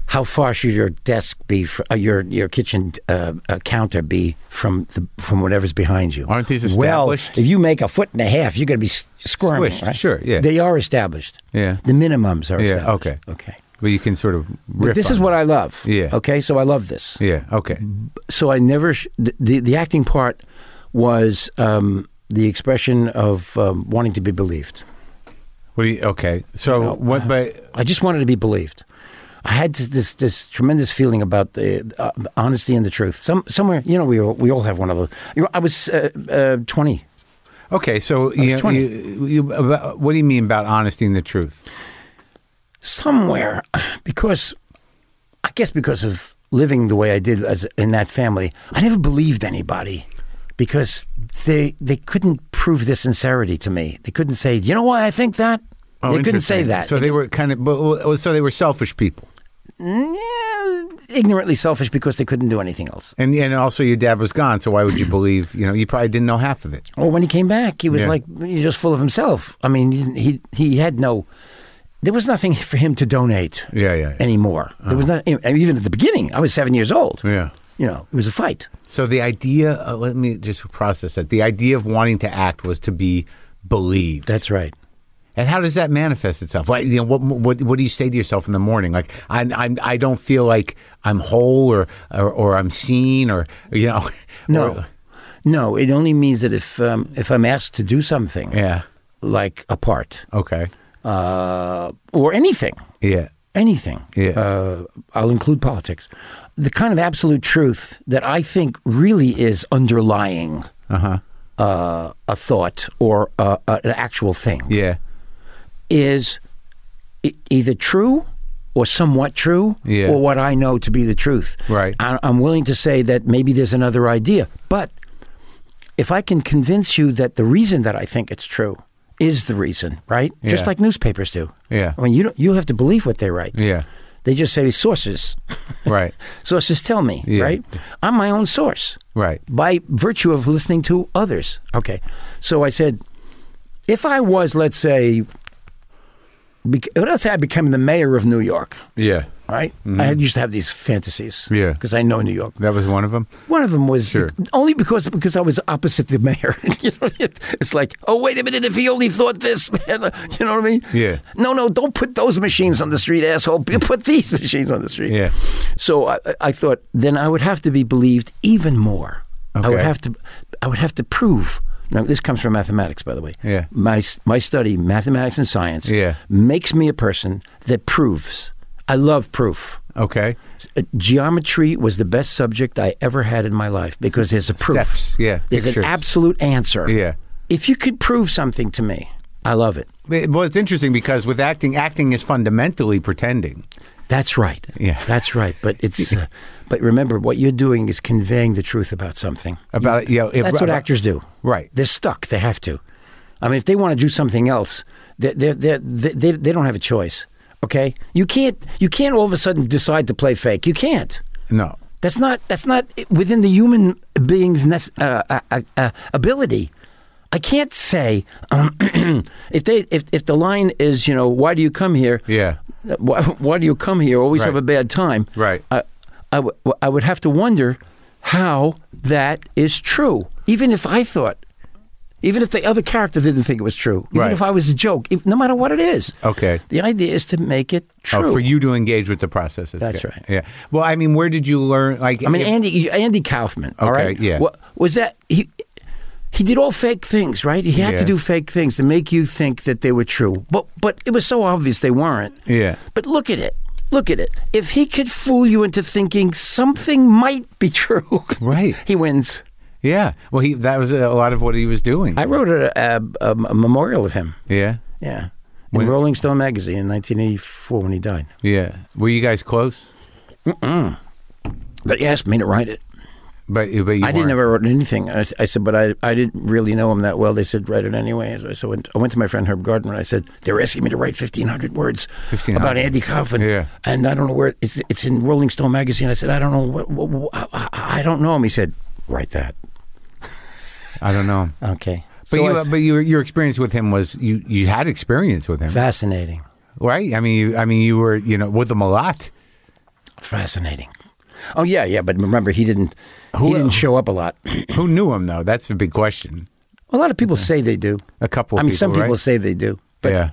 Speaker 3: how far should your desk be? fr uh, your your kitchen uh, uh, counter be from the from whatever's behind you?
Speaker 4: Aren't these established?
Speaker 3: Well, if you make a foot and a half, you're going to be s- squirming.
Speaker 4: Squished,
Speaker 3: right?
Speaker 4: sure, yeah.
Speaker 3: They are established.
Speaker 4: Yeah.
Speaker 3: The minimums are.
Speaker 4: Yeah,
Speaker 3: Established.
Speaker 4: okay.
Speaker 3: Okay.
Speaker 4: But you can sort of.
Speaker 3: But
Speaker 4: riff
Speaker 3: this
Speaker 4: on
Speaker 3: is what
Speaker 4: that.
Speaker 3: I love.
Speaker 4: Yeah.
Speaker 3: Okay. So I love this
Speaker 4: Yeah. Okay.
Speaker 3: so I never sh- the, the the acting part was um, the expression of um, wanting to be believed.
Speaker 4: What do you, okay. So
Speaker 3: uh,
Speaker 4: what? But
Speaker 3: I just wanted to be believed. I had this this, this tremendous feeling about the uh, honesty and the truth. Some somewhere, you know, we all, we all have one of those. You know, I was uh, uh, twenty.
Speaker 4: Okay, so you,
Speaker 3: 20.
Speaker 4: you, you, about, what do you mean about honesty and the truth?
Speaker 3: somewhere because I guess because of living the way I did as in that family, I never believed anybody because they they couldn't prove their sincerity to me. They couldn't say, "You know why I think that?" they couldn't say
Speaker 4: Oh, interesting.
Speaker 3: that.
Speaker 4: So they were kind of, but- so they were selfish people,
Speaker 3: Yeah, ignorantly selfish because they couldn't do anything else.
Speaker 4: and and also your dad was gone, so why would you believe? You know, you probably didn't know half of it.
Speaker 3: Or when he came back, he was
Speaker 4: Yeah.
Speaker 3: like he was just full of himself. I mean, he, he he had no. There was nothing for him to donate
Speaker 4: Yeah, yeah, yeah.
Speaker 3: anymore. There was not even at the beginning. I was seven years old.
Speaker 4: Yeah.
Speaker 3: You know, it was a fight.
Speaker 4: So the idea, uh, let me just process that. The idea of wanting to act was to be believed.
Speaker 3: That's right.
Speaker 4: And how does that manifest itself? Like, you know, what, what what do you say to yourself in the morning? Like, I I'm, I don't feel like I'm whole or or, or I'm seen or you know,
Speaker 3: No,
Speaker 4: or- uh,
Speaker 3: no. It only means that if um, if I'm asked to do something,
Speaker 4: yeah,
Speaker 3: like a part
Speaker 4: okay,
Speaker 3: uh, or anything,
Speaker 4: yeah,
Speaker 3: anything,
Speaker 4: Yeah.
Speaker 3: uh, I'll include politics. The kind of absolute truth that I think really is underlying
Speaker 4: Uh-huh.
Speaker 3: uh a thought or uh, a- an actual thing
Speaker 4: yeah,
Speaker 3: is e- either true or somewhat true
Speaker 4: Yeah.
Speaker 3: or what I know to be the truth.
Speaker 4: Right.
Speaker 3: I, I'm willing to say that maybe there's another idea, but if I can convince you that the reason that I think it's true is the reason, right? Just
Speaker 4: Yeah.
Speaker 3: like newspapers do.
Speaker 4: Yeah.
Speaker 3: I mean, you don't, you have to believe what they write.
Speaker 4: yeah,
Speaker 3: They just say sources.
Speaker 4: right,
Speaker 3: sources tell me,
Speaker 4: Yeah.
Speaker 3: right? I'm my own source
Speaker 4: right,
Speaker 3: by virtue of listening to others. Okay. So I said, if I was, let's say, bec- let's say I became the mayor of New York,
Speaker 4: yeah.
Speaker 3: right? I had- used to have these fantasies.
Speaker 4: Yeah.
Speaker 3: Because I know New York.
Speaker 4: That was one of them.
Speaker 3: One of them was
Speaker 4: Sure.
Speaker 3: only because because I was opposite the mayor. you know, it- it's like, oh wait a minute, if he only thought this, man, you know what I mean?
Speaker 4: Yeah.
Speaker 3: No, no, don't put those machines on the street, asshole. You Put these machines on the street.
Speaker 4: Yeah.
Speaker 3: So I, I- I thought then I would have to be believed even more. I would
Speaker 4: Okay.
Speaker 3: have to, I would have to prove. Now this comes from mathematics, by the way.
Speaker 4: Yeah.
Speaker 3: My s- my study, mathematics and science,
Speaker 4: Yeah.
Speaker 3: makes me a person that proves. I love proof.
Speaker 4: Okay,
Speaker 3: Uh, geometry was the best subject I ever had in my life because there's a proof.
Speaker 4: Steps, yeah,
Speaker 3: There's
Speaker 4: pictures.
Speaker 3: an absolute answer.
Speaker 4: Yeah.
Speaker 3: If you could prove something to me, I love it.
Speaker 4: well, it's interesting because with acting, acting is fundamentally pretending.
Speaker 3: That's right.
Speaker 4: Yeah.
Speaker 3: That's right. But it's uh, but remember what you're doing is conveying the truth about something.
Speaker 4: About you know, if,
Speaker 3: That's what actors do.
Speaker 4: Right.
Speaker 3: They're stuck. They have to. I mean, if they want to do something else, they they they they they don't have a choice. Okay. You can't you can't all of a sudden decide to play fake. You can't.
Speaker 4: No,
Speaker 3: That's not that's not within the human being's nes- uh, uh, uh, uh, ability. I can't say um, if they if, if the line is you know why do you come here?
Speaker 4: Yeah.
Speaker 3: Uh, Why, why do you come here? Always
Speaker 4: Right.
Speaker 3: have a bad time.
Speaker 4: Right.
Speaker 3: I I, w- I would have to wonder how that is true. Even if I thought, even if the other character didn't think it was true, even
Speaker 4: Right.
Speaker 3: if I was a joke, if, no matter what it is.
Speaker 4: Okay.
Speaker 3: The idea is to make it true.
Speaker 4: Oh, for you to engage with the process.
Speaker 3: That's
Speaker 4: good.
Speaker 3: right.
Speaker 4: Yeah. Well, I mean, where did you learn? Like,
Speaker 3: I mean, Andy Andy Kaufman. all
Speaker 4: Okay,
Speaker 3: right,
Speaker 4: yeah.
Speaker 3: What was that? He he did all fake things, right? He had
Speaker 4: Yeah.
Speaker 3: to do fake things to make you think that they were true. But but it was so obvious they weren't.
Speaker 4: Yeah.
Speaker 3: But look at it. Look at it. If he could fool you into thinking something might be true,
Speaker 4: Right.
Speaker 3: he wins.
Speaker 4: Yeah. Well, he that was a lot of what he was doing.
Speaker 3: I wrote a, a, a, a memorial of him.
Speaker 4: yeah.
Speaker 3: Yeah. In Rolling Stone magazine in 1984 when he died.
Speaker 4: Yeah. Were you guys close?
Speaker 3: But he asked me to write it.
Speaker 4: But, but you
Speaker 3: I didn't
Speaker 4: weren't.
Speaker 3: ever write anything. I, s- I said, but I, I didn't really know him that well. They said, write it anyway. So I, so went, I went to my friend Herb Gardner and I said, they're asking me to write 1,500 words
Speaker 4: 1,500.
Speaker 3: about Andy Kaufman.
Speaker 4: Yeah.
Speaker 3: And I don't know where, it's, it's in Rolling Stone magazine. I said, I don't know, what, what, what- I, I- I don't know him. He said, write that.
Speaker 4: I don't know.
Speaker 3: Okay.
Speaker 4: But
Speaker 3: So
Speaker 4: you,
Speaker 3: it's
Speaker 4: but your your experience with him was you you had experience with him,
Speaker 3: fascinating.
Speaker 4: right? I mean, you, I mean, you were you know with him a lot.
Speaker 3: Fascinating. Oh, yeah, yeah. But remember, he didn't, he didn't show up a lot.
Speaker 4: Who knew him though? That's the big question.
Speaker 3: A lot of people say they do.
Speaker 4: A couple
Speaker 3: I
Speaker 4: of
Speaker 3: mean,
Speaker 4: people,
Speaker 3: some people
Speaker 4: right?
Speaker 3: say they do, but
Speaker 4: yeah.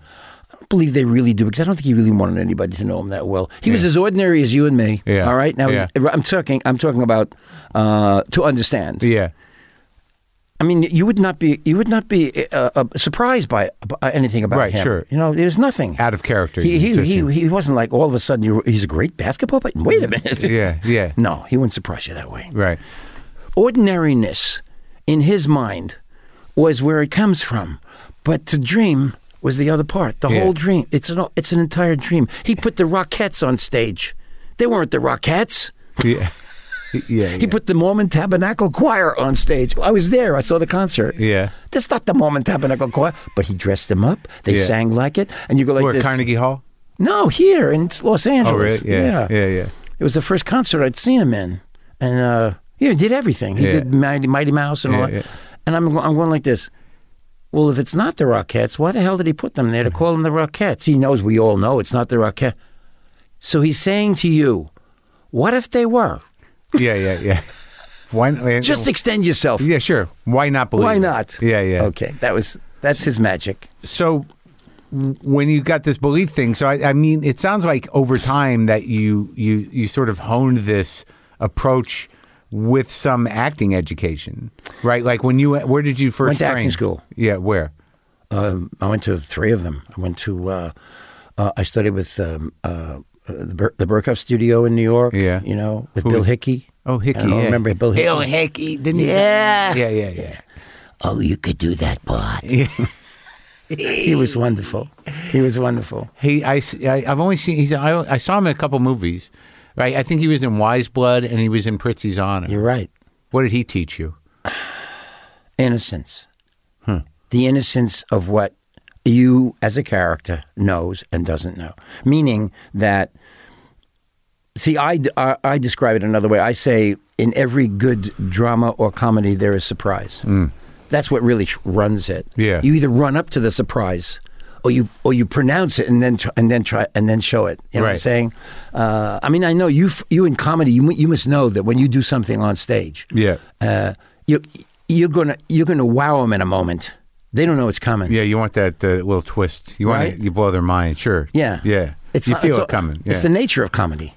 Speaker 3: I don't believe they really do because I don't think he really wanted anybody to know him that well. He was as ordinary as you and me.
Speaker 4: Yeah.
Speaker 3: All right. Now
Speaker 4: Yeah.
Speaker 3: I'm talking. I'm talking about uh, to understand.
Speaker 4: Yeah.
Speaker 3: I mean, you would not be. You would not be uh, uh, surprised by, by anything about
Speaker 4: Right,
Speaker 3: him.
Speaker 4: sure.
Speaker 3: You know, there's nothing
Speaker 4: Out of character,
Speaker 3: He
Speaker 4: you
Speaker 3: he,
Speaker 4: just-
Speaker 3: he, he wasn't like all of a sudden you he's a great basketball player. Wait a minute.
Speaker 4: Yeah. Yeah.
Speaker 3: No, he wouldn't surprise you that way
Speaker 4: Right.
Speaker 3: ordinariness in his mind was where it comes from, but to dream was the other part. The
Speaker 4: Yeah.
Speaker 3: whole dream. It's an it's an entire dream. He put the Rockettes on stage. They weren't the Rockettes.
Speaker 4: Yeah. Yeah.
Speaker 3: He put the Mormon Tabernacle Choir on stage. I was there. I saw the concert.
Speaker 4: Yeah.
Speaker 3: That's not the Mormon Tabernacle Choir, but he dressed them up. They
Speaker 4: Yeah.
Speaker 3: sang like it, and you go like
Speaker 4: Or at
Speaker 3: this.
Speaker 4: Carnegie Hall?
Speaker 3: No, here in Los
Speaker 4: Oh,
Speaker 3: Angeles.
Speaker 4: really? Yeah. Yeah, yeah.
Speaker 3: It was the first concert I'd seen him in, and uh, yeah, he did everything. He
Speaker 4: Yeah.
Speaker 3: did Mighty, Mighty Mouse and all.
Speaker 4: Yeah,
Speaker 3: that. And I'm go- I'm going like this. Well, if it's not the Rockettes, why the hell did he put them there to call them the Rockettes? He knows we all know it's not the Rockettes. So he's saying to you, what if they were?
Speaker 4: Yeah, yeah, yeah. Why not?
Speaker 3: Just extend yourself.
Speaker 4: yeah, sure. Why not believe?
Speaker 3: Why
Speaker 4: it?
Speaker 3: not?
Speaker 4: Yeah, yeah.
Speaker 3: Okay, that was that's his magic.
Speaker 4: so w- when you got this belief thing so I, I mean it sounds like over time that you you you sort of honed this approach with some acting education right like when you where did you first
Speaker 3: Went to
Speaker 4: train?
Speaker 3: acting school.
Speaker 4: yeah where
Speaker 3: Um, I went to three of them. I went to uh, uh, I studied with um, uh, the, Bur- the Burkhoff Studio in New York.
Speaker 4: Yeah.
Speaker 3: you know, with
Speaker 4: Who-
Speaker 3: Bill Hickey.
Speaker 4: oh hickey
Speaker 3: I don't
Speaker 4: yeah.
Speaker 3: remember Bill Hickey.
Speaker 4: hickey didn't
Speaker 3: Yeah.
Speaker 4: he yeah yeah yeah
Speaker 3: Oh, you could do that part. he was wonderful. He was wonderful.
Speaker 4: he I, have only seen he's, I, I saw him in a couple movies right i think he was in wise blood and he was in pritzy's honor
Speaker 3: You're right.
Speaker 4: what did he teach you
Speaker 3: Innocence.
Speaker 4: Hmm.
Speaker 3: The innocence of what you as a character knows and doesn't know. Meaning that, see, I, I, I describe it another way. I say in every good drama or comedy, there is surprise. That's what really sh- runs it.
Speaker 4: Hmm. Yeah.
Speaker 3: You either run up to the surprise. Or you, or you pronounce it and then tr- and then try and then show it. You know what I'm
Speaker 4: Right.
Speaker 3: saying? Uh, I mean, I know you f- you in comedy, you mu- you must know that when you do something on stage,
Speaker 4: yeah
Speaker 3: uh, you you're gonna you're gonna wow them in a moment. They don't know it's coming.
Speaker 4: Yeah, you want that uh, little twist. You want
Speaker 3: Right?
Speaker 4: to, you blow their mind, sure.
Speaker 3: yeah,
Speaker 4: yeah. you
Speaker 3: not-
Speaker 4: feel
Speaker 3: it's-
Speaker 4: it coming.
Speaker 3: It's the nature of comedy.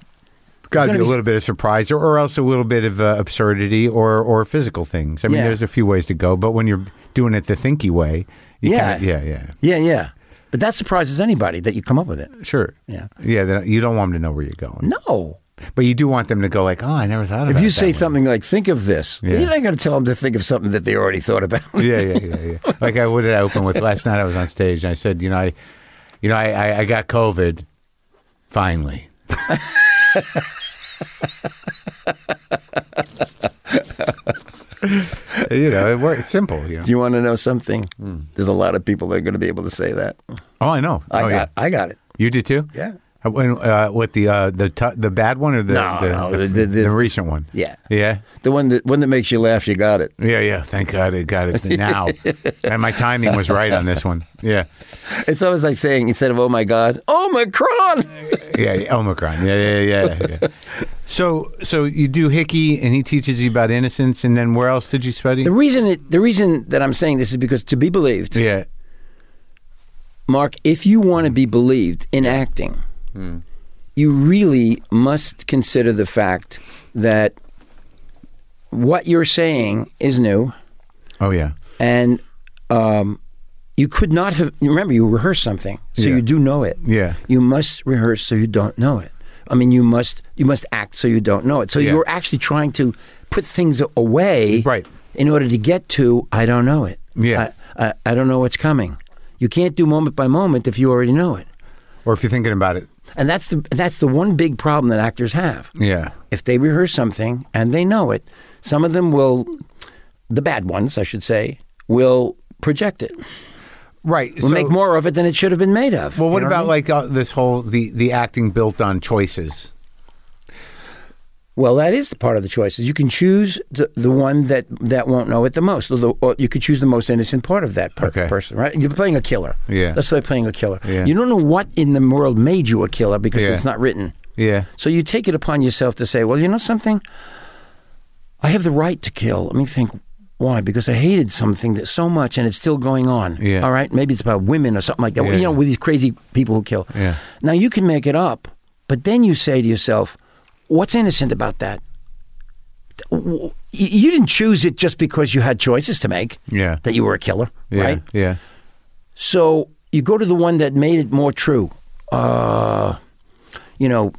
Speaker 4: got to be
Speaker 3: gonna
Speaker 4: a
Speaker 3: be-
Speaker 4: little bit of surprise, or, or else a little bit of uh, absurdity, or or physical things. I mean,
Speaker 3: Yeah.
Speaker 4: there's a few ways to go, but when you're doing it the thinky way, you
Speaker 3: Yeah.
Speaker 4: kinda- yeah, yeah,
Speaker 3: Yeah, yeah. But that surprises anybody that you come up with it.
Speaker 4: sure,
Speaker 3: Yeah.
Speaker 4: yeah. then You don't want them to know where you're going,
Speaker 3: No.
Speaker 4: but you do want them to go like, "Oh, I never thought about."
Speaker 3: If you
Speaker 4: it
Speaker 3: say
Speaker 4: that way."
Speaker 3: something like "think of this,"
Speaker 4: Yeah.
Speaker 3: you're not going to tell them to think of something that they already thought about.
Speaker 4: yeah, yeah, yeah, yeah. Like I what did I open with last night? I was on stage and I said, you know, I, you know, I, I, I got COVID, finally. you know, it works. Simple. You know.
Speaker 3: Do you want to know something?
Speaker 4: Hmm.
Speaker 3: There's a lot of people that are going to be able to say that.
Speaker 4: Oh, I know.
Speaker 3: I
Speaker 4: oh,
Speaker 3: got,
Speaker 4: yeah.
Speaker 3: I got it.
Speaker 4: You did too.
Speaker 3: Yeah.
Speaker 4: Uh, When, uh, what the uh, the t- the bad one or the
Speaker 3: No,
Speaker 4: the,
Speaker 3: no,
Speaker 4: the,
Speaker 3: the- the-
Speaker 4: the
Speaker 3: the-
Speaker 4: recent one?
Speaker 3: Yeah.
Speaker 4: Yeah.
Speaker 3: The one that one that makes you laugh, you got it.
Speaker 4: Yeah, yeah. Thank God I got it now. and my timing was right on this one. Yeah.
Speaker 3: It's always like saying instead of "Oh my God," "Oh my Cron."
Speaker 4: yeah, yeah, Omicron. Yeah, yeah, yeah, yeah. so, so you do Hickey, and he teaches you about innocence, and then where else did you study?
Speaker 3: The reason it, the reason that I'm saying this is because to be believed,
Speaker 4: Yeah,
Speaker 3: Mark, if you want to be believed in acting, you really must consider the fact that what you're saying is new,
Speaker 4: oh yeah,
Speaker 3: and um, you could not have. Remember, you rehearse something, so
Speaker 4: Yeah.
Speaker 3: you do know it.
Speaker 4: Yeah.
Speaker 3: you must rehearse so you don't know it. I mean, you must you must act so you don't know it. So
Speaker 4: Yeah.
Speaker 3: you're actually trying to put things away,
Speaker 4: Right.
Speaker 3: in order to get to I don't know it.
Speaker 4: Yeah.
Speaker 3: I, I, I don't know what's coming. You can't do moment by moment if you already know it.
Speaker 4: or if you're thinking about it,
Speaker 3: And that's the that's the one big problem that actors have.
Speaker 4: yeah,
Speaker 3: If they rehearse something and they know it, some of them will, the bad ones, I should say, will project it.
Speaker 4: right.
Speaker 3: Will make more of it than it should have been made of.
Speaker 4: Well, what
Speaker 3: You know
Speaker 4: about
Speaker 3: I mean?
Speaker 4: like uh, this whole the the acting built on choices?
Speaker 3: Well, that is the part of the choices. You can choose the, the one that, that won't know it the most. Or the, or you could choose the most innocent part of that per-
Speaker 4: Okay.
Speaker 3: person, right? You're playing a killer.
Speaker 4: Yeah.
Speaker 3: That's like playing a killer.
Speaker 4: Yeah.
Speaker 3: You don't know what in the world made you a killer because
Speaker 4: Yeah.
Speaker 3: it's not written.
Speaker 4: Yeah,
Speaker 3: So you take it upon yourself to say, well, you know something? I have the right to kill. Let me think why. Because I hated something that so much and it's still going on.
Speaker 4: Yeah.
Speaker 3: All right? Maybe it's about women or something like that.
Speaker 4: Yeah,
Speaker 3: you
Speaker 4: yeah.
Speaker 3: know, with these crazy people who kill.
Speaker 4: Yeah.
Speaker 3: Now you can make it up, but then you say to yourself, what's innocent about that? W- You you didn't choose it just because you had choices to make.
Speaker 4: Yeah.
Speaker 3: That you were a killer,
Speaker 4: yeah,
Speaker 3: right?
Speaker 4: yeah.
Speaker 3: So you go to the one that made it more true. Uh, you know,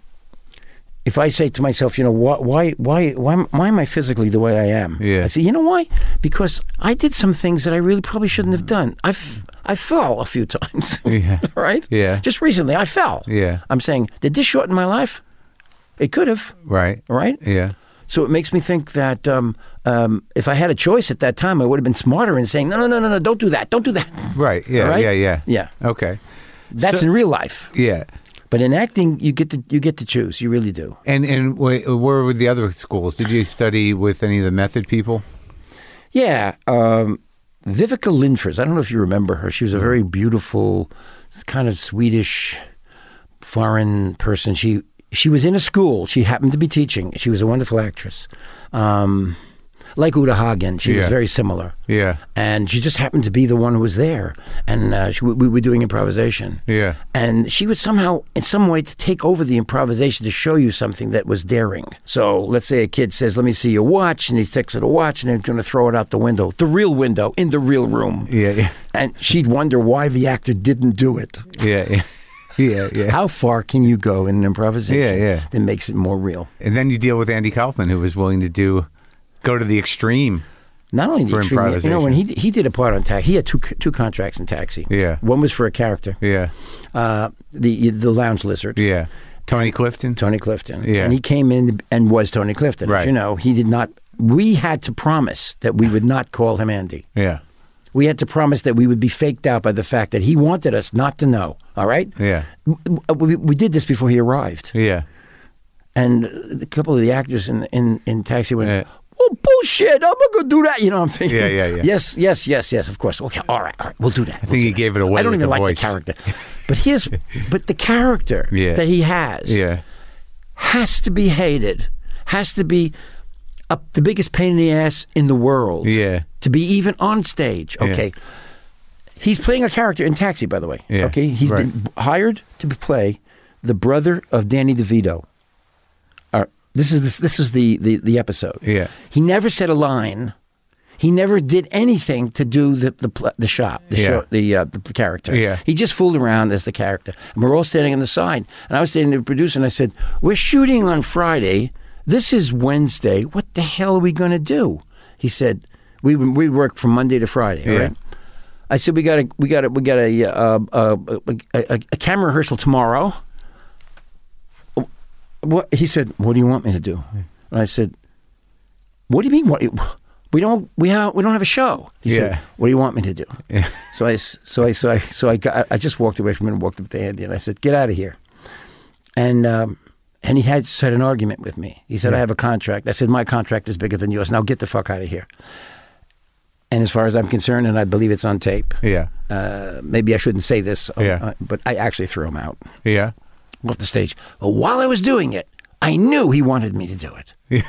Speaker 3: if I say to myself, you know, why, why, why, why, am- why am I physically the way I am?
Speaker 4: Yeah.
Speaker 3: I say, you know why? Because I did some things that I really probably shouldn't have done. I, f- I fell a few times.
Speaker 4: Yeah.
Speaker 3: right.
Speaker 4: Yeah.
Speaker 3: Just recently, I fell.
Speaker 4: Yeah.
Speaker 3: I'm saying, did this shorten my life? It could have.
Speaker 4: Right.
Speaker 3: Right.
Speaker 4: Yeah.
Speaker 3: So it makes me think that um, um, if I had a choice at that time, I would have been smarter in saying, no, no, no, no, no, don't do that, don't do that.
Speaker 4: Right. Yeah.
Speaker 3: All right?
Speaker 4: Yeah. Yeah.
Speaker 3: Yeah.
Speaker 4: Okay.
Speaker 3: That's
Speaker 4: So-
Speaker 3: in real life,
Speaker 4: Yeah.
Speaker 3: but in acting, you get to you get to choose. You really do.
Speaker 4: And and wh- where were the other schools? Did you study with any of the method people?
Speaker 3: Yeah. Um, Vivica Lindfors, I don't know if you remember her. She was a very beautiful, kind of Swedish foreign person. She she was in a school. She happened to be teaching. She was a wonderful actress. Um, like Uta Hagen, she
Speaker 4: Yeah.
Speaker 3: was very similar.
Speaker 4: Yeah.
Speaker 3: And she just happened to be the one who was there. And uh, she, we, we were doing improvisation.
Speaker 4: Yeah.
Speaker 3: And she was somehow, in some way, to take over the improvisation to show you something that was daring. So let's say a kid says, Let me see your watch. And he takes out a watch and he's going to throw it out the window, the real window in the real room.
Speaker 4: Yeah. Yeah.
Speaker 3: And she'd wonder why the actor didn't do it.
Speaker 4: Yeah. Yeah. Yeah, yeah.
Speaker 3: How far can you go in an improvisation
Speaker 4: Yeah, yeah.
Speaker 3: that makes it more real?
Speaker 4: and then you deal with Andy Kaufman, who was willing to do go to the extreme.
Speaker 3: Not only the
Speaker 4: For
Speaker 3: extreme- You know,
Speaker 4: improvisation.
Speaker 3: when he he did a part on Taxi, he had two two contracts in Taxi.
Speaker 4: Yeah.
Speaker 3: one was for a character.
Speaker 4: Yeah,
Speaker 3: uh, the the lounge lizard,
Speaker 4: yeah. Tony Clifton.
Speaker 3: Tony Clifton.
Speaker 4: Yeah.
Speaker 3: And he came in and was Tony Clifton. As
Speaker 4: Right.
Speaker 3: you know, he did not. We had to promise that we would not call him Andy.
Speaker 4: Yeah,
Speaker 3: We had to promise that we would be faked out by the fact that he wanted us not to know. All right.
Speaker 4: yeah,
Speaker 3: W- uh, We, we did this before he arrived,
Speaker 4: yeah,
Speaker 3: and a couple of the actors in in, in Taxi went.
Speaker 4: Yeah.
Speaker 3: Oh bullshit! I'm not gonna do that. You know what I'm thinking?
Speaker 4: Yeah, yeah, yeah.
Speaker 3: Yes, yes, yes, yes. Of course. Okay. All right. All right. We'll do that.
Speaker 4: I think he gave it away.
Speaker 3: I don't
Speaker 4: with
Speaker 3: even
Speaker 4: the
Speaker 3: like
Speaker 4: voice.
Speaker 3: the character, but his, but the character
Speaker 4: Yeah.
Speaker 3: that he has,
Speaker 4: Yeah,
Speaker 3: has to be hated, has to be a, the biggest pain in the ass in the world.
Speaker 4: Yeah.
Speaker 3: To be even on stage.
Speaker 4: Yeah.
Speaker 3: Okay. He's playing a character in Taxi, by the way.
Speaker 4: Yeah,
Speaker 3: Okay. he's
Speaker 4: right.
Speaker 3: been hired to play the brother of Danny DeVito. All right. This is this is the, the the episode.
Speaker 4: Yeah.
Speaker 3: He never said a line. He never did anything to do the the pl- the shop, the
Speaker 4: Yeah.
Speaker 3: show, the, uh, the the character.
Speaker 4: Yeah.
Speaker 3: He just fooled around as the character. And we're all standing on the side. And I was standing to the producer and I said, We're shooting on Friday. This is Wednesday. What the hell are we going to do? He said, We we work from Monday to Friday,
Speaker 4: Yeah.
Speaker 3: right? I said, We got a, we got a, we got a, uh, uh, a, a, a camera rehearsal tomorrow. What he said, What do you want me to do? And I said, What do you mean? What? We don't. We have. We don't have a show. He
Speaker 4: Yeah.
Speaker 3: said, "What do you want me to do?"
Speaker 4: yeah,
Speaker 3: So I, s- so I, so I, so I, got, I just walked away from him and walked up to Andy and I said, "Get out of here," and um, and he had had an argument with me. He said, "I have a contract." I said, "My contract is bigger than yours. Now get the fuck out of here." And as far as I'm concerned, and I believe it's on tape.
Speaker 4: yeah,
Speaker 3: Uh, maybe I shouldn't say this, uh,
Speaker 4: Yeah.
Speaker 3: uh, but I actually threw him out
Speaker 4: yeah,
Speaker 3: off the stage. But while I was doing it, I knew he wanted me to do it.
Speaker 4: yeah.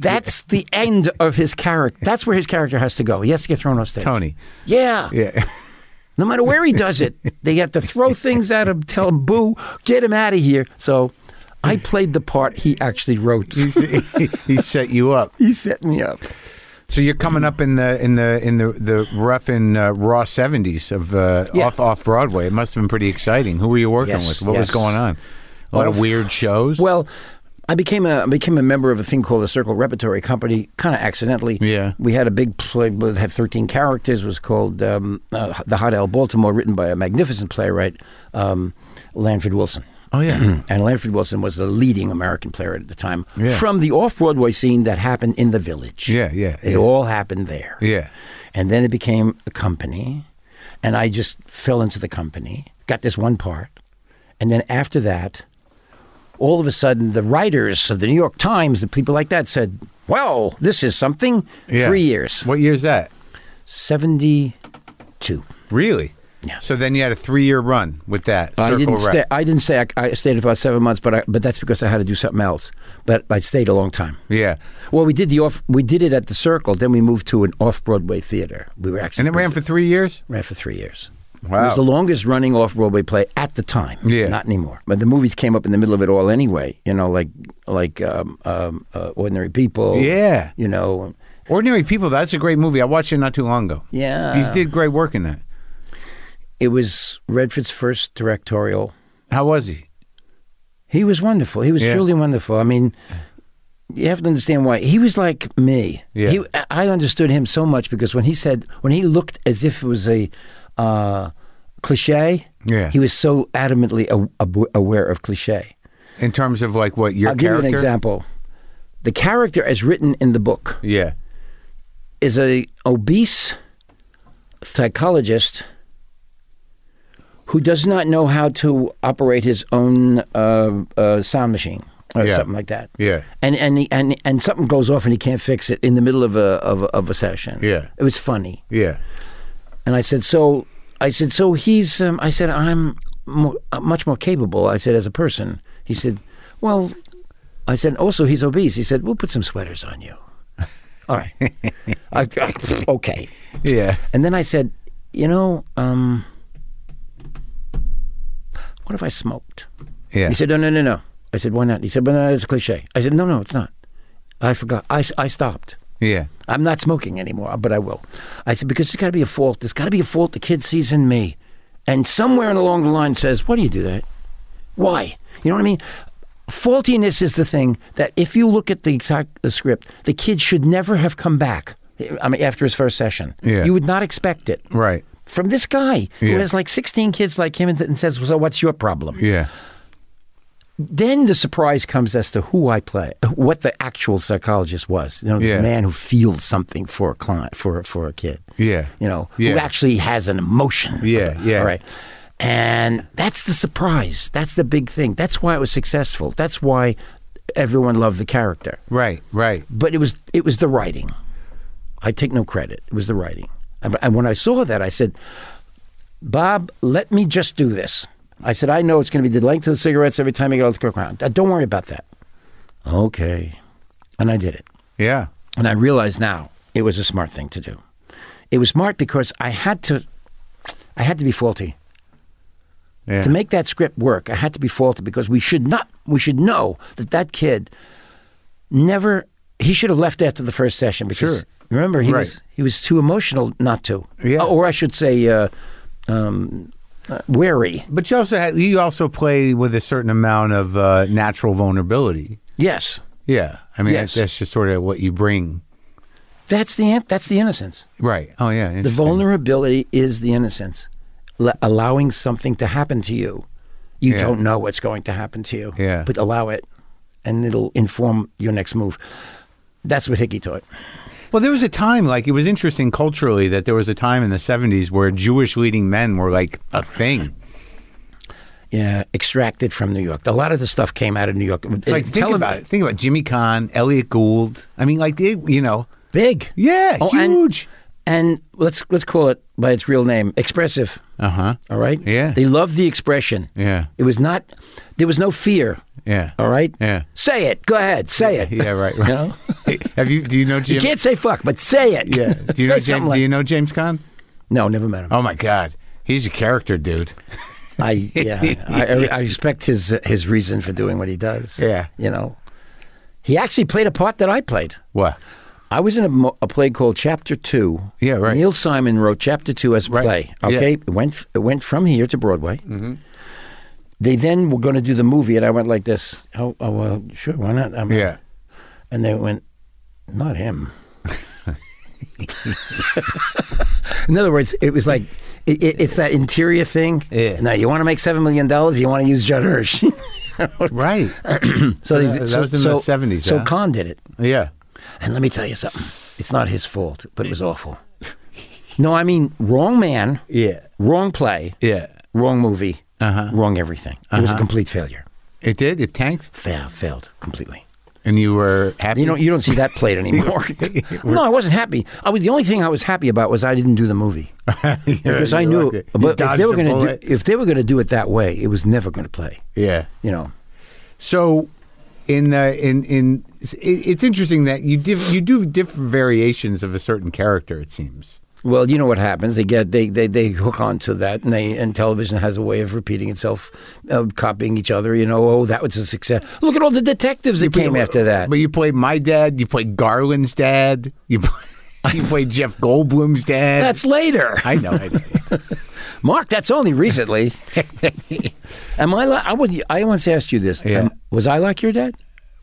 Speaker 3: That's the end of his character. That's where his character has to go. He has to get thrown off stage.
Speaker 4: Tony.
Speaker 3: Yeah.
Speaker 4: Yeah,
Speaker 3: No matter where he does it, they have to throw things at him, tell him, boo, get him out of here. So I played the part he actually wrote.
Speaker 4: he, he set you up.
Speaker 3: He set me up.
Speaker 4: So you're coming up in the in the in the the rough and uh, raw seventies of uh,
Speaker 3: Yeah.
Speaker 4: off off Broadway. It must have been pretty exciting. Who were you working
Speaker 3: Yes,
Speaker 4: with? What was
Speaker 3: yes.
Speaker 4: going on? A lot of weird shows.
Speaker 3: Well, I became a I became a member of a thing called the Circle Repertory Company, kind of accidentally.
Speaker 4: Yeah.
Speaker 3: we had a big play that had thirteen characters. Was called um, uh, the Hot L Baltimore, written by a magnificent playwright, um, Lanford Wilson.
Speaker 4: Oh, yeah.
Speaker 3: and Lanford Wilson was the leading American playwright at the time
Speaker 4: Yeah.
Speaker 3: from the off Broadway scene that happened in the Village.
Speaker 4: Yeah, yeah,
Speaker 3: it
Speaker 4: yeah.
Speaker 3: all happened there.
Speaker 4: yeah,
Speaker 3: And then it became a company, and I just fell into the company, got this one part. And then after that, all of a sudden, the writers of the New York Times and people like that said, Well, this is something.
Speaker 4: yeah.
Speaker 3: Three years,
Speaker 4: What year's that?
Speaker 3: 72.
Speaker 4: Really?
Speaker 3: Yeah.
Speaker 4: So then you had a three-year run with that.
Speaker 3: I
Speaker 4: Circle
Speaker 3: didn't,
Speaker 4: Rep.
Speaker 3: stay, I didn't stay. I, I stayed about seven months, but I, but that's because I had to do something else. But I stayed a long time.
Speaker 4: Yeah.
Speaker 3: Well, we did the off. We did it at the Circle. Then we moved to an off-Broadway theater. We were actually
Speaker 4: And it ran for three years?
Speaker 3: ran for three years.
Speaker 4: Wow.
Speaker 3: It was the longest running off Broadway play at the time.
Speaker 4: Yeah.
Speaker 3: Not anymore. But the movies came up in the middle of it all anyway, you know, like like um, um, uh, Ordinary People.
Speaker 4: Yeah.
Speaker 3: You know,
Speaker 4: Ordinary People, that's a great movie. I watched it not too long ago.
Speaker 3: Yeah.
Speaker 4: He did great work in that.
Speaker 3: it was Redford's first directorial.
Speaker 4: How was he?
Speaker 3: He was wonderful. He was
Speaker 4: Yeah.
Speaker 3: truly wonderful. I mean, you have to understand why he was like me.
Speaker 4: Yeah.
Speaker 3: He, I- I understood him so much because when he said, when he looked as if it was a uh, cliche,
Speaker 4: Yeah.
Speaker 3: he was so adamantly a, ab- aware of cliche.
Speaker 4: in terms of like what your
Speaker 3: I'll give
Speaker 4: character.
Speaker 3: you an example. The character as written in the book
Speaker 4: Yeah,
Speaker 3: is a obese psychologist who does not know how to operate his own uh, uh, sound machine or
Speaker 4: Yeah.
Speaker 3: something like that.
Speaker 4: Yeah.
Speaker 3: and and he, and and something goes off and he can't fix it in the middle of a of, a- of a session.
Speaker 4: Yeah.
Speaker 3: it was funny.
Speaker 4: yeah,
Speaker 3: And I said, so I said, so he's. Um, I said, I'm mo uh, much more capable. I said, as a person. He said, well, I said, also he's obese. He said, we'll put some sweaters on you. All right. I- I- okay.
Speaker 4: yeah.
Speaker 3: And then I said, you know, um, what if I smoked?
Speaker 4: Yeah.
Speaker 3: He said, no, no, no, no. I said, why not? He said, but no, it's a cliche. I said, no, no, it's not. I forgot. I, s- I stopped.
Speaker 4: yeah.
Speaker 3: I'm not smoking anymore, but I will. I said, because there's got to be a fault. There's got to be a fault the kid sees in me. And somewhere along the line says, why do you do that? Why? You know what I mean? Faultiness is the thing that if you look at the exact the script, the kid should never have come back. I mean, after his first session,
Speaker 4: Yeah.
Speaker 3: you would not expect it
Speaker 4: Right.
Speaker 3: from this guy
Speaker 4: Yeah.
Speaker 3: who has like 16 kids like him and, and says, "So what's your problem?"
Speaker 4: Yeah.
Speaker 3: Then the surprise comes as to who I play, what the actual psychologist was. You know, the
Speaker 4: Yeah.
Speaker 3: man who feels something for a client, for for a kid.
Speaker 4: Yeah.
Speaker 3: you know,
Speaker 4: Yeah.
Speaker 3: who actually has an emotion.
Speaker 4: Yeah, yeah.
Speaker 3: All right. And that's the surprise. That's the big thing. That's why it was successful. That's why everyone loved the character.
Speaker 4: Right. Right.
Speaker 3: But it was it was the writing. I take no credit. It was the writing. And, and when I saw that, I said, Bob, let me just do this. I said, I know it's going to be the length of the cigarettes every time you go to the ground. Uh, Don't worry about that. Okay. And I did it.
Speaker 4: Yeah.
Speaker 3: And I realize now it was a smart thing to do. It was smart because I had to, I had to be faulty
Speaker 4: Yeah.
Speaker 3: to make that script work. I had to be faulty because we should not, we should know that that kid never. He should have left after the first session because
Speaker 4: Sure.
Speaker 3: remember he
Speaker 4: Right.
Speaker 3: was he was too emotional not to.
Speaker 4: Yeah.
Speaker 3: Or I should say, uh, um, uh, wary.
Speaker 4: but you also had you also play with a certain amount of uh, natural vulnerability.
Speaker 3: Yes.
Speaker 4: Yeah. I mean
Speaker 3: Yes.
Speaker 4: that's, that's just sort of what you bring.
Speaker 3: That's the in- that's the innocence.
Speaker 4: Right. Oh yeah.
Speaker 3: The
Speaker 4: interesting.
Speaker 3: vulnerability is the innocence, L- allowing something to happen to you. You
Speaker 4: Yeah.
Speaker 3: don't know what's going to happen to you,
Speaker 4: Yeah.
Speaker 3: but allow it, and it'll inform your next move. That's what Hickey taught.
Speaker 4: Well, there was a time, like, it was interesting culturally that there was a time in the 70s where Jewish leading men were like a thing.
Speaker 3: Yeah, extracted from New York. A lot of the stuff came out of New York.
Speaker 4: It's like, think about it. Think about Jimmy Kahn, Elliot Gould. I mean, like, they, you know,
Speaker 3: Big,
Speaker 4: yeah,
Speaker 3: Oh, and-
Speaker 4: huge.
Speaker 3: and let's let's call it by its real name, expressive.
Speaker 4: Uh huh.
Speaker 3: All right.
Speaker 4: Yeah.
Speaker 3: They loved the expression.
Speaker 4: Yeah.
Speaker 3: It was not. There was no fear.
Speaker 4: Yeah.
Speaker 3: All right.
Speaker 4: Yeah.
Speaker 3: Say it. Go ahead. Say it.
Speaker 4: Yeah, right. right.
Speaker 3: know?
Speaker 4: Have you, do you know
Speaker 3: You
Speaker 4: Jim?
Speaker 3: can't say fuck, but say it.
Speaker 4: Yeah. Do you,
Speaker 3: say
Speaker 4: know
Speaker 3: something
Speaker 4: James,
Speaker 3: like
Speaker 4: do you know James Kahn?
Speaker 3: No, never met him.
Speaker 4: Oh, my God. He's a character, dude.
Speaker 3: I yeah, I, I- I respect his his reason for doing what he does.
Speaker 4: Yeah.
Speaker 3: you know, he actually played a part that I played.
Speaker 4: What?
Speaker 3: I was in a, mo- a play called Chapter Two.
Speaker 4: Yeah, right.
Speaker 3: Neil Simon wrote Chapter Two as a play.
Speaker 4: Yeah.
Speaker 3: Okay, it went f- it went from here to Broadway. Mm-hmm. They then were going to do the movie, and I went like this. Oh, oh well, sure, why not? I'm-
Speaker 4: Yeah.
Speaker 3: and they went, not him. In other words, it was like it, it, it's that interior thing.
Speaker 4: Yeah.
Speaker 3: No, you want to make seven million dollars, you want to use Judd Hirsch.
Speaker 4: Right.
Speaker 3: so,
Speaker 4: that- that was in the 70s,
Speaker 3: So
Speaker 4: huh?
Speaker 3: Khan did it,
Speaker 4: yeah.
Speaker 3: and let me tell you something. It's not his fault, but it was awful. No, I mean wrong man,
Speaker 4: Yeah.
Speaker 3: wrong play,
Speaker 4: Yeah.
Speaker 3: wrong movie,
Speaker 4: Uh-huh.
Speaker 3: wrong everything. It was a complete failure.
Speaker 4: It did. It tanked.
Speaker 3: Fail, failed completely.
Speaker 4: And you were happy.
Speaker 3: You don't you don't see that played anymore. no, I wasn't happy. I was the only thing I was happy about was I didn't do the movie because I knew. But if they were going to do, if they were going to do it that way, it was never going to play.
Speaker 4: Yeah.
Speaker 3: You know,
Speaker 4: So, in uh, in in, it, it's interesting that you div- you do different variations of a certain character. It seems.
Speaker 3: well, you know what happens? They get they they, they hook onto that, and they and television has a way of repeating itself, uh, copying each other. You know, oh, that was a success. Look at all the detectives that came after that.
Speaker 4: but you played my dad. You played Garland's dad. You play, you played Jeff Goldblum's dad.
Speaker 3: That's later,
Speaker 4: I know. I know.
Speaker 3: Mark. That's only recently. Am I? Li- I was. I once asked you this.
Speaker 4: Yeah.
Speaker 3: was I like your dad?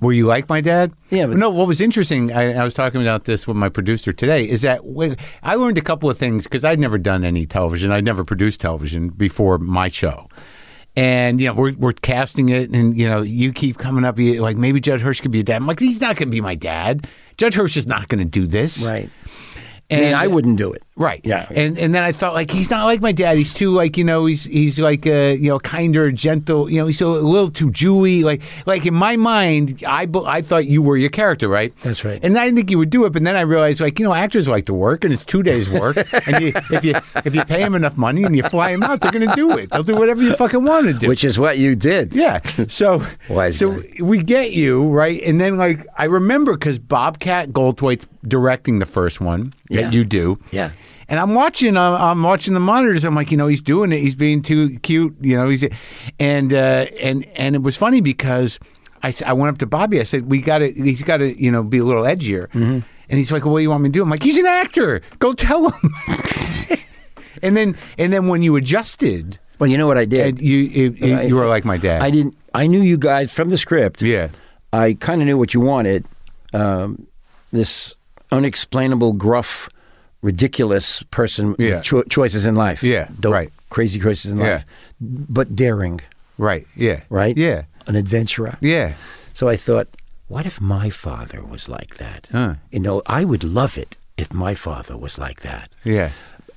Speaker 4: Were you like my dad?
Speaker 3: Yeah, but-
Speaker 4: no. What was interesting, I, I was talking about this with my producer today, is that when, I learned a couple of things because I'd never done any television. I'd never produced television before my show. And you know we're we're casting it, and you know you keep coming up you, like maybe Judd Hirsch could be your dad. I'm like he's not going to be my dad. Judge Hirsch is not going to do this,
Speaker 3: And I,
Speaker 4: And-
Speaker 3: wouldn't do it.
Speaker 4: Right.
Speaker 3: Yeah.
Speaker 4: And and then I thought like he's not like my dad. He's too like you know he's he's like uh, you know kinder, gentle. You know he's a little too Jewy. Like like in my mind, I bu- I thought you were your character, right?
Speaker 3: That's right.
Speaker 4: And I didn't think you would do it, but then I realized like you know actors like to work, and it's two days work. and you, if you if you pay them enough money and you fly them out, they're going to do it. They'll do whatever you fucking want to do.
Speaker 3: Which is what you did.
Speaker 4: Yeah. So
Speaker 3: Wise
Speaker 4: so
Speaker 3: guy.
Speaker 4: we get you right, and then like I remember because Bobcat Goldthwait's directing the first one
Speaker 3: Yeah.
Speaker 4: that you do.
Speaker 3: Yeah.
Speaker 4: And I'm watching. I'm, I'm watching the monitors. I'm like, you know, he's doing it. He's being too cute. You know, he's and uh, and and it was funny because I s- I went up to Bobby. I said, we got to. He's got to you know be a little edgier.
Speaker 3: Mm-hmm.
Speaker 4: And he's like, well, what do you want me to do? I'm like, he's an actor. Go tell him. and then and then when you adjusted,
Speaker 3: Well, you know what I did.
Speaker 4: and you it, it-
Speaker 3: I-
Speaker 4: you were like my dad.
Speaker 3: I didn't. I knew you guys from the script.
Speaker 4: Yeah.
Speaker 3: I kind of knew what you wanted. Um, this unexplainable, gruff, ridiculous person.
Speaker 4: Yeah.
Speaker 3: With cho- choices in life.
Speaker 4: Yeah,
Speaker 3: Dope,
Speaker 4: right.
Speaker 3: Crazy choices in
Speaker 4: Yeah.
Speaker 3: life. But daring.
Speaker 4: Right. Yeah.
Speaker 3: Right.
Speaker 4: Yeah.
Speaker 3: An adventurer.
Speaker 4: Yeah.
Speaker 3: So I thought, what if my father was like that?
Speaker 4: Huh.
Speaker 3: You know, I would love it if my father was like that.
Speaker 4: Yeah.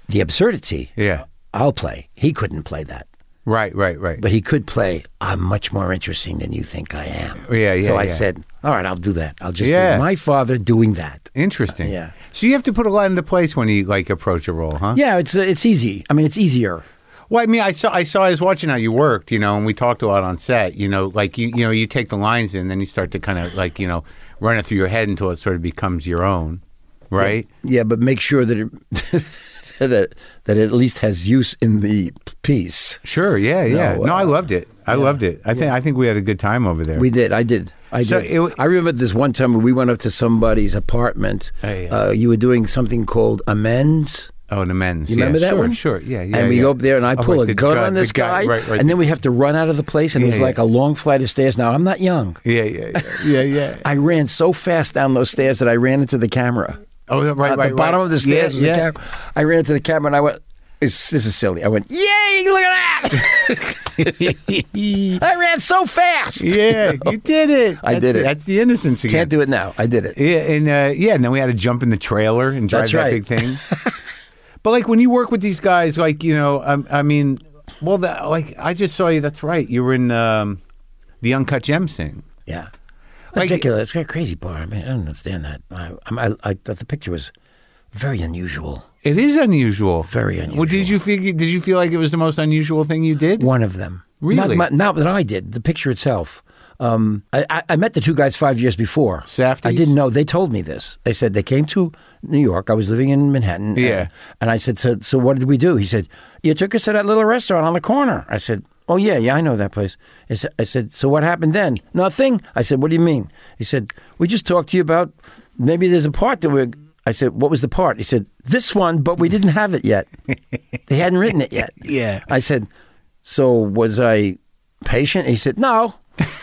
Speaker 3: The absurdity.
Speaker 4: Yeah.
Speaker 3: I'll play. He couldn't play that.
Speaker 4: Right. Right. Right.
Speaker 3: but he could play. I'm much more interesting than you think I am.
Speaker 4: Yeah, yeah,
Speaker 3: So I
Speaker 4: yeah.
Speaker 3: said, all right, I'll do that. I'll just
Speaker 4: Yeah.
Speaker 3: do my father doing that.
Speaker 4: Interesting.
Speaker 3: Yeah.
Speaker 4: So you have to put a lot into place when you like approach a role, huh?
Speaker 3: Yeah, it's uh, it's easy. I mean, it's easier.
Speaker 4: Well, I mean, I saw I saw I was watching how you worked, you know, and we talked a lot on set, you know, like you you know you take the lines in, then you start to kind of like you know run it through your head until it sort of becomes your own, right?
Speaker 3: Yeah, but make sure that it, that that it at least has use in the piece.
Speaker 4: Sure. Yeah. Yeah. No,
Speaker 3: No,
Speaker 4: I
Speaker 3: uh,
Speaker 4: loved it. I loved it. I think I think we had a good time over there.
Speaker 3: We did. I did. I
Speaker 4: So
Speaker 3: did.
Speaker 4: it w-
Speaker 3: I remember this one time when we went up to somebody's apartment.
Speaker 4: Oh, yeah.
Speaker 3: uh, you were doing something called amends.
Speaker 4: oh, and amends.
Speaker 3: You remember
Speaker 4: yeah,
Speaker 3: that
Speaker 4: sure,
Speaker 3: one?
Speaker 4: Sure. Yeah. Yeah.
Speaker 3: and we
Speaker 4: yeah.
Speaker 3: go up there, and I
Speaker 4: Oh,
Speaker 3: pull
Speaker 4: like the
Speaker 3: a gun
Speaker 4: gun-
Speaker 3: on this
Speaker 4: the gun,
Speaker 3: guy,
Speaker 4: right, right.
Speaker 3: and then we have to run out of the place, and it
Speaker 4: Yeah,
Speaker 3: was
Speaker 4: yeah.
Speaker 3: like a long flight of stairs. Now I'm not young.
Speaker 4: yeah. Yeah. Yeah. Yeah. yeah.
Speaker 3: I ran so fast down those stairs that I ran into the camera.
Speaker 4: Oh, right, right,
Speaker 3: At
Speaker 4: right.
Speaker 3: the bottom of the stairs was
Speaker 4: yeah,
Speaker 3: the camera. I ran into the camera and I went, "This this is silly." I went, "Yay! Look at that!"
Speaker 4: yeah.
Speaker 3: I ran so fast.
Speaker 4: Yeah, you did it.
Speaker 3: I
Speaker 4: That's-
Speaker 3: did it.
Speaker 4: That's the innocence again.
Speaker 3: Can't do it now. I did it.
Speaker 4: Yeah, and uh, yeah, and then we had to jump in the trailer and drive
Speaker 3: That's
Speaker 4: that
Speaker 3: right.
Speaker 4: big thing. but like when you work with these guys, like you know, um, I, I mean, well, the, like I just saw you. That's right. You were in um, the Uncut Gems thing.
Speaker 3: Yeah.
Speaker 4: Like-
Speaker 3: Ridiculous. It's a crazy bar. I mean, I don't understand that. I, I, I, I thought the picture was very unusual.
Speaker 4: It is unusual.
Speaker 3: Very
Speaker 4: Well, did you feel? Did you feel like it was the most unusual thing you did?
Speaker 3: One of them.
Speaker 4: Really?
Speaker 3: Not, my, not that I did. The picture itself. Um, I, I, I met the two guys five years before.
Speaker 4: Safdies?
Speaker 3: I didn't know. They told me this. They said they came to New York. I was living in Manhattan.
Speaker 4: Yeah.
Speaker 3: And, and I said, so, so what did we do? He said, you took us to that little restaurant on the corner. I said, oh, yeah, yeah, I know that place. I said, I said so what happened then? Nothing. I said, what do you mean? He said, we just talked to you about maybe there's a part that we're... I said, what was the part? He said, this one, but we didn't have it yet. they hadn't written it yet.
Speaker 4: Yeah.
Speaker 3: I said, "So was I patient?" He said, "No."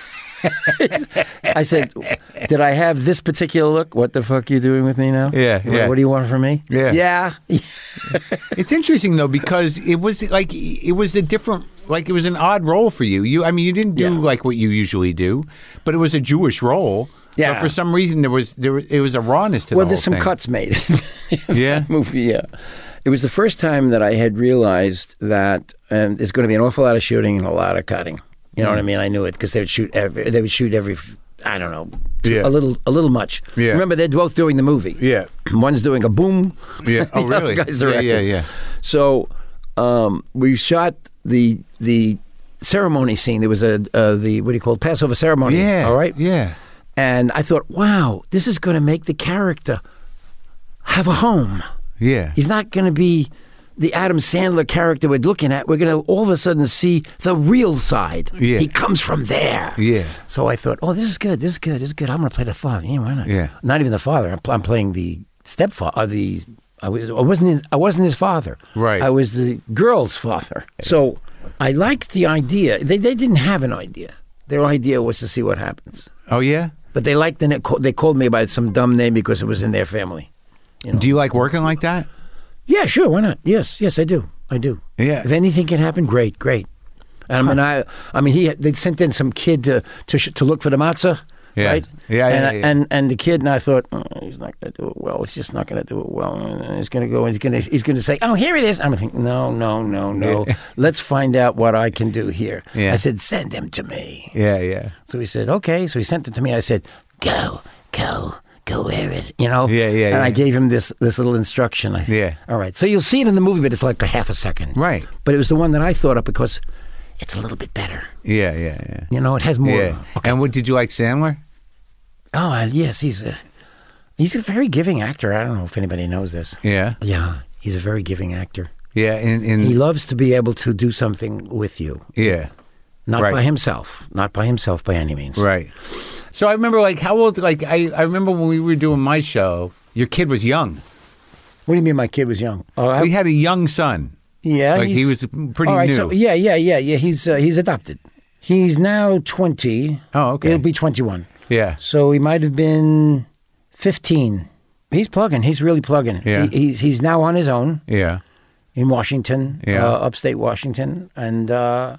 Speaker 3: I said, "Did I have this particular look? What the fuck you doing with me now?
Speaker 4: Yeah,
Speaker 3: What-
Speaker 4: yeah.
Speaker 3: What do you want from me?
Speaker 4: Yeah.
Speaker 3: yeah.
Speaker 4: It's interesting though because it was like it was a different like it was an odd role for you. You I mean you didn't do
Speaker 3: Yeah.
Speaker 4: like what you usually do, but it was a Jewish role.
Speaker 3: Yeah.
Speaker 4: But for some reason there was there was- it was a rawness to
Speaker 3: Well,
Speaker 4: the
Speaker 3: there's
Speaker 4: whole
Speaker 3: some
Speaker 4: thing.
Speaker 3: cuts made.
Speaker 4: Yeah.
Speaker 3: movie. Yeah, it was the first time that I had realized that um, there's going to be an awful lot of shooting and a lot of cutting. You know
Speaker 4: Mm.
Speaker 3: what I mean? I knew it because they would shoot every. They would shoot every. I don't know.
Speaker 4: Yeah.
Speaker 3: A little, a little much.
Speaker 4: Yeah.
Speaker 3: Remember, they're both doing the movie.
Speaker 4: Yeah.
Speaker 3: One's doing a boom.
Speaker 4: Yeah. Oh,
Speaker 3: the other
Speaker 4: really?
Speaker 3: Guy's
Speaker 4: Yeah, yeah,
Speaker 3: directing.
Speaker 4: yeah.
Speaker 3: So um, we shot the the ceremony scene. There was a uh, the what do you call it? Passover ceremony.
Speaker 4: Yeah.
Speaker 3: All right.
Speaker 4: Yeah.
Speaker 3: And I thought, wow, this is going to make the character have a home.
Speaker 4: Yeah.
Speaker 3: He's not going to be the Adam Sandler character we're looking at. We're going to all of a sudden see the real side.
Speaker 4: Yeah.
Speaker 3: He comes from there.
Speaker 4: Yeah.
Speaker 3: So I thought, oh, this is good. This is good. This is good. I'm going to play the father. Yeah, why not?
Speaker 4: Yeah.
Speaker 3: Not even the father. I'm, pl- I'm playing the stepfather. Or the I was I wasn't his, I wasn't his father.
Speaker 4: Right.
Speaker 3: I was the girl's father. So I liked the idea. They, they didn't have an idea. Their idea was to see what happens.
Speaker 4: Oh yeah.
Speaker 3: But they liked the na- ca- they called me by some dumb name because it was in their family.
Speaker 4: Do you like working like that?
Speaker 3: Yeah, sure, why not? Yes, yes, I do. I do.
Speaker 4: Yeah.
Speaker 3: If anything can happen, great, great. And I mean, I, I mean, he they sent in some kid to to, sh- to look for the matzah.
Speaker 4: Yeah.
Speaker 3: Right?
Speaker 4: Yeah, yeah,
Speaker 3: and, I-
Speaker 4: yeah.
Speaker 3: and and the kid and I thought "Oh, he's not going to do it well. He's just not going to do it well. And He's going to go. and He's going to he's going to say, "Oh, here it is." I'm thinking, "No, no, no, no. Let's find out what I can do here."
Speaker 4: Yeah.
Speaker 3: I said, "Send him to me."
Speaker 4: Yeah, yeah.
Speaker 3: So he said, okay. So he sent it to me. I said, go, go, go, where is it? You know?
Speaker 4: Yeah, yeah,
Speaker 3: And I
Speaker 4: yeah.
Speaker 3: gave him this this little instruction. I said,
Speaker 4: Yeah.
Speaker 3: All right. So you'll see it in the movie, but it's like a half a second.
Speaker 4: Right.
Speaker 3: But it was the one that I thought up because it's a little bit better.
Speaker 4: Yeah, yeah, yeah.
Speaker 3: You know, it has more.
Speaker 4: Yeah. And what did you like Sandler?
Speaker 3: Oh, uh, yes. He's a, he's a very giving actor. I don't know if anybody knows this.
Speaker 4: Yeah.
Speaker 3: Yeah. He's a very giving actor.
Speaker 4: Yeah, in in
Speaker 3: He loves to be able to do something with you,
Speaker 4: Yeah.
Speaker 3: not
Speaker 4: Right.
Speaker 3: by himself, not by himself by any means.
Speaker 4: Right. So I remember like how old like I, I remember when we were doing my show, your kid was young.
Speaker 3: What do you mean my kid was young? Oh, I,
Speaker 4: We had a young son.
Speaker 3: Yeah,
Speaker 4: Like, he
Speaker 3: he's-
Speaker 4: was pretty
Speaker 3: All right,
Speaker 4: new.
Speaker 3: So, yeah, yeah, yeah, yeah. He's uh, he's adopted. He's now twenty.
Speaker 4: Oh, okay.
Speaker 3: He'll be twenty-one.
Speaker 4: Yeah.
Speaker 3: So he might have been fifteen. He's plugging. He's really plugging.
Speaker 4: Yeah.
Speaker 3: He, he's he's now on his own
Speaker 4: Yeah.
Speaker 3: in Washington,
Speaker 4: Yeah.
Speaker 3: uh, upstate Washington, and uh,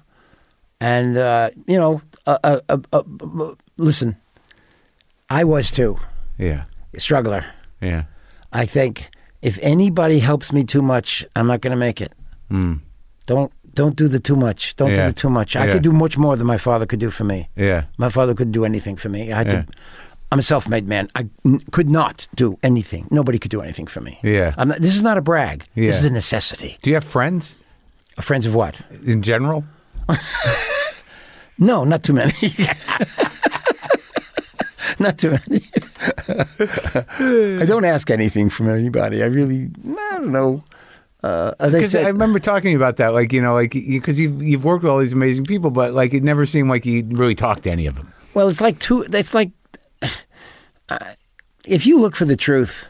Speaker 3: and uh, you know, uh, uh, uh, uh, uh, listen, I was too
Speaker 4: Yeah.
Speaker 3: a struggler.
Speaker 4: Yeah.
Speaker 3: I think if anybody helps me too much, I'm not going to make it. Don't don't do the too much. Don't
Speaker 4: Hmm. Yeah.
Speaker 3: do the too much. I
Speaker 4: Yeah.
Speaker 3: could do much more than my father could do for me.
Speaker 4: Yeah.
Speaker 3: My father couldn't do anything for me. I had
Speaker 4: Yeah.
Speaker 3: to. I'm a self-made man. I n- could not do anything. Nobody could do anything for me.
Speaker 4: Yeah.
Speaker 3: I'm not, this is not a brag.
Speaker 4: Yeah.
Speaker 3: This is a necessity.
Speaker 4: Do you have friends
Speaker 3: Friends of what?
Speaker 4: in general?
Speaker 3: No, not too many. not too many. I don't ask anything from anybody. I really, I don't know. Uh, as I
Speaker 4: Because I
Speaker 3: said,
Speaker 4: remember talking about that, like you know, like because you've you've worked with all these amazing people, but like it never seemed like you really talked to any of them.
Speaker 3: well, it's like two. It's like uh, if you look for the truth,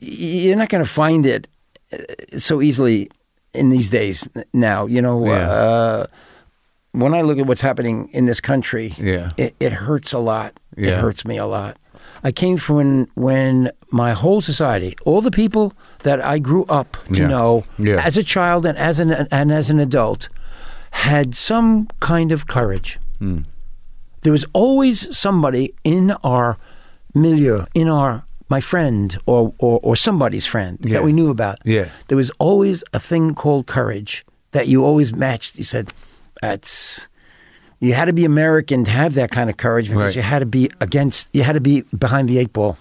Speaker 3: y- you're not going to find it uh, so easily in these days. n- Now, you know,
Speaker 4: Yeah.
Speaker 3: uh, when I look at what's happening in this country,
Speaker 4: Yeah.
Speaker 3: it, it hurts a lot. It
Speaker 4: Yeah.
Speaker 3: hurts me a lot. I came from when, when my whole society, all the people that I grew up to
Speaker 4: Yeah.
Speaker 3: know
Speaker 4: Yeah.
Speaker 3: as a child and as an and as an adult, had some kind of courage. There was always somebody in our milieu, in our my friend or or, or somebody's friend
Speaker 4: Yeah.
Speaker 3: that we knew about.
Speaker 4: Yeah.
Speaker 3: There was always a thing called courage that you always matched. You said, that's you had to be American to have that kind of courage because
Speaker 4: Right.
Speaker 3: you had to be against, you had to be behind the eight ball.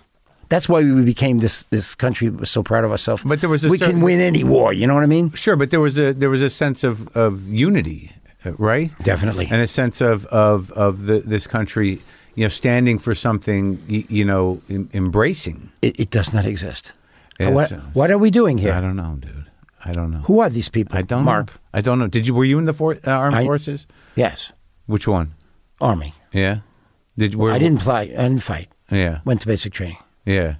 Speaker 3: That's why we became this this country was so proud of ourselves.
Speaker 4: But there was a
Speaker 3: we
Speaker 4: certain-
Speaker 3: can win any war. You know what I mean?
Speaker 4: Sure, but there was a there was a sense of of unity, uh, right?
Speaker 3: Definitely.
Speaker 4: and a sense of of of the, this country, you know, standing for something, you, you know, em- embracing.
Speaker 3: it, it does not exist.
Speaker 4: Yeah,
Speaker 3: what,
Speaker 4: so-
Speaker 3: what are we doing
Speaker 4: I
Speaker 3: here?
Speaker 4: don't know, dude. I don't know.
Speaker 3: Who are these people?
Speaker 4: I don't
Speaker 3: Mark.
Speaker 4: Know. I don't know. Did you were you in the for, uh, armed
Speaker 3: I-
Speaker 4: forces?
Speaker 3: Yes,
Speaker 4: Which one?
Speaker 3: army.
Speaker 4: Yeah. Did were,
Speaker 3: I didn't fly. I didn't fight.
Speaker 4: Yeah.
Speaker 3: Went to basic training.
Speaker 4: Yeah.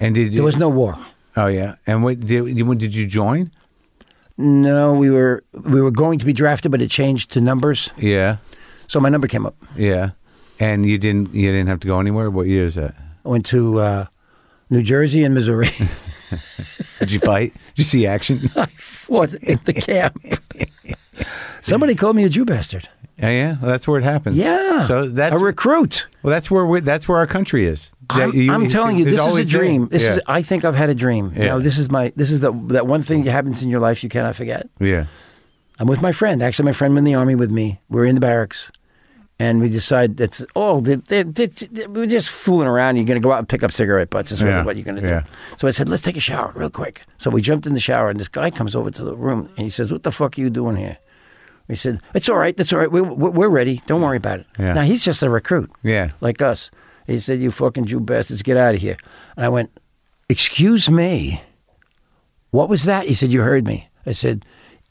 Speaker 4: And did you?
Speaker 3: There was no war.
Speaker 4: oh yeah. And what did you- when did you join?
Speaker 3: No, we were we were going to be drafted, but it changed to numbers,
Speaker 4: Yeah.
Speaker 3: so my number came up.
Speaker 4: Yeah. And you didn't you didn't have to go anywhere. What year is that?
Speaker 3: I went to uh, New Jersey and Missouri.
Speaker 4: Did you fight? did you see action? oh,
Speaker 3: What in the camp? Somebody called me a Jew bastard.
Speaker 4: yeah. Well, that's where it happens.
Speaker 3: Yeah.
Speaker 4: So that's
Speaker 3: a recruit.
Speaker 4: Well, that's where we, that's where our country is.
Speaker 3: I'm,
Speaker 4: That you-
Speaker 3: I'm telling you,
Speaker 4: there's
Speaker 3: this is a
Speaker 4: always there.
Speaker 3: dream. This
Speaker 4: yeah.
Speaker 3: is. I think I've had a dream. You
Speaker 4: Yeah.
Speaker 3: know, this is my. This is the that one thing that happens in your life you cannot forget.
Speaker 4: yeah,
Speaker 3: I'm with my friend. Actually, my friend was in the army with me. We're in the barracks, and we decide that's oh, they they they- we're just fooling around. You're going to go out and pick up cigarette butts. Is really
Speaker 4: Yeah,
Speaker 3: what you're going to
Speaker 4: yeah.
Speaker 3: do. So I said, let's take a shower real quick. So we jumped in the shower, and this guy comes over to the room, and he says, "What the fuck are you doing here?" We said, "It's all right. That's all right. We're, we're we're ready. Don't worry about it."
Speaker 4: Yeah.
Speaker 3: Now he's just a recruit,
Speaker 4: Yeah.
Speaker 3: like us. He said, "You fucking Jew bastards, get out of here." And I went, "Excuse me." What was that? He said, You heard me. I said,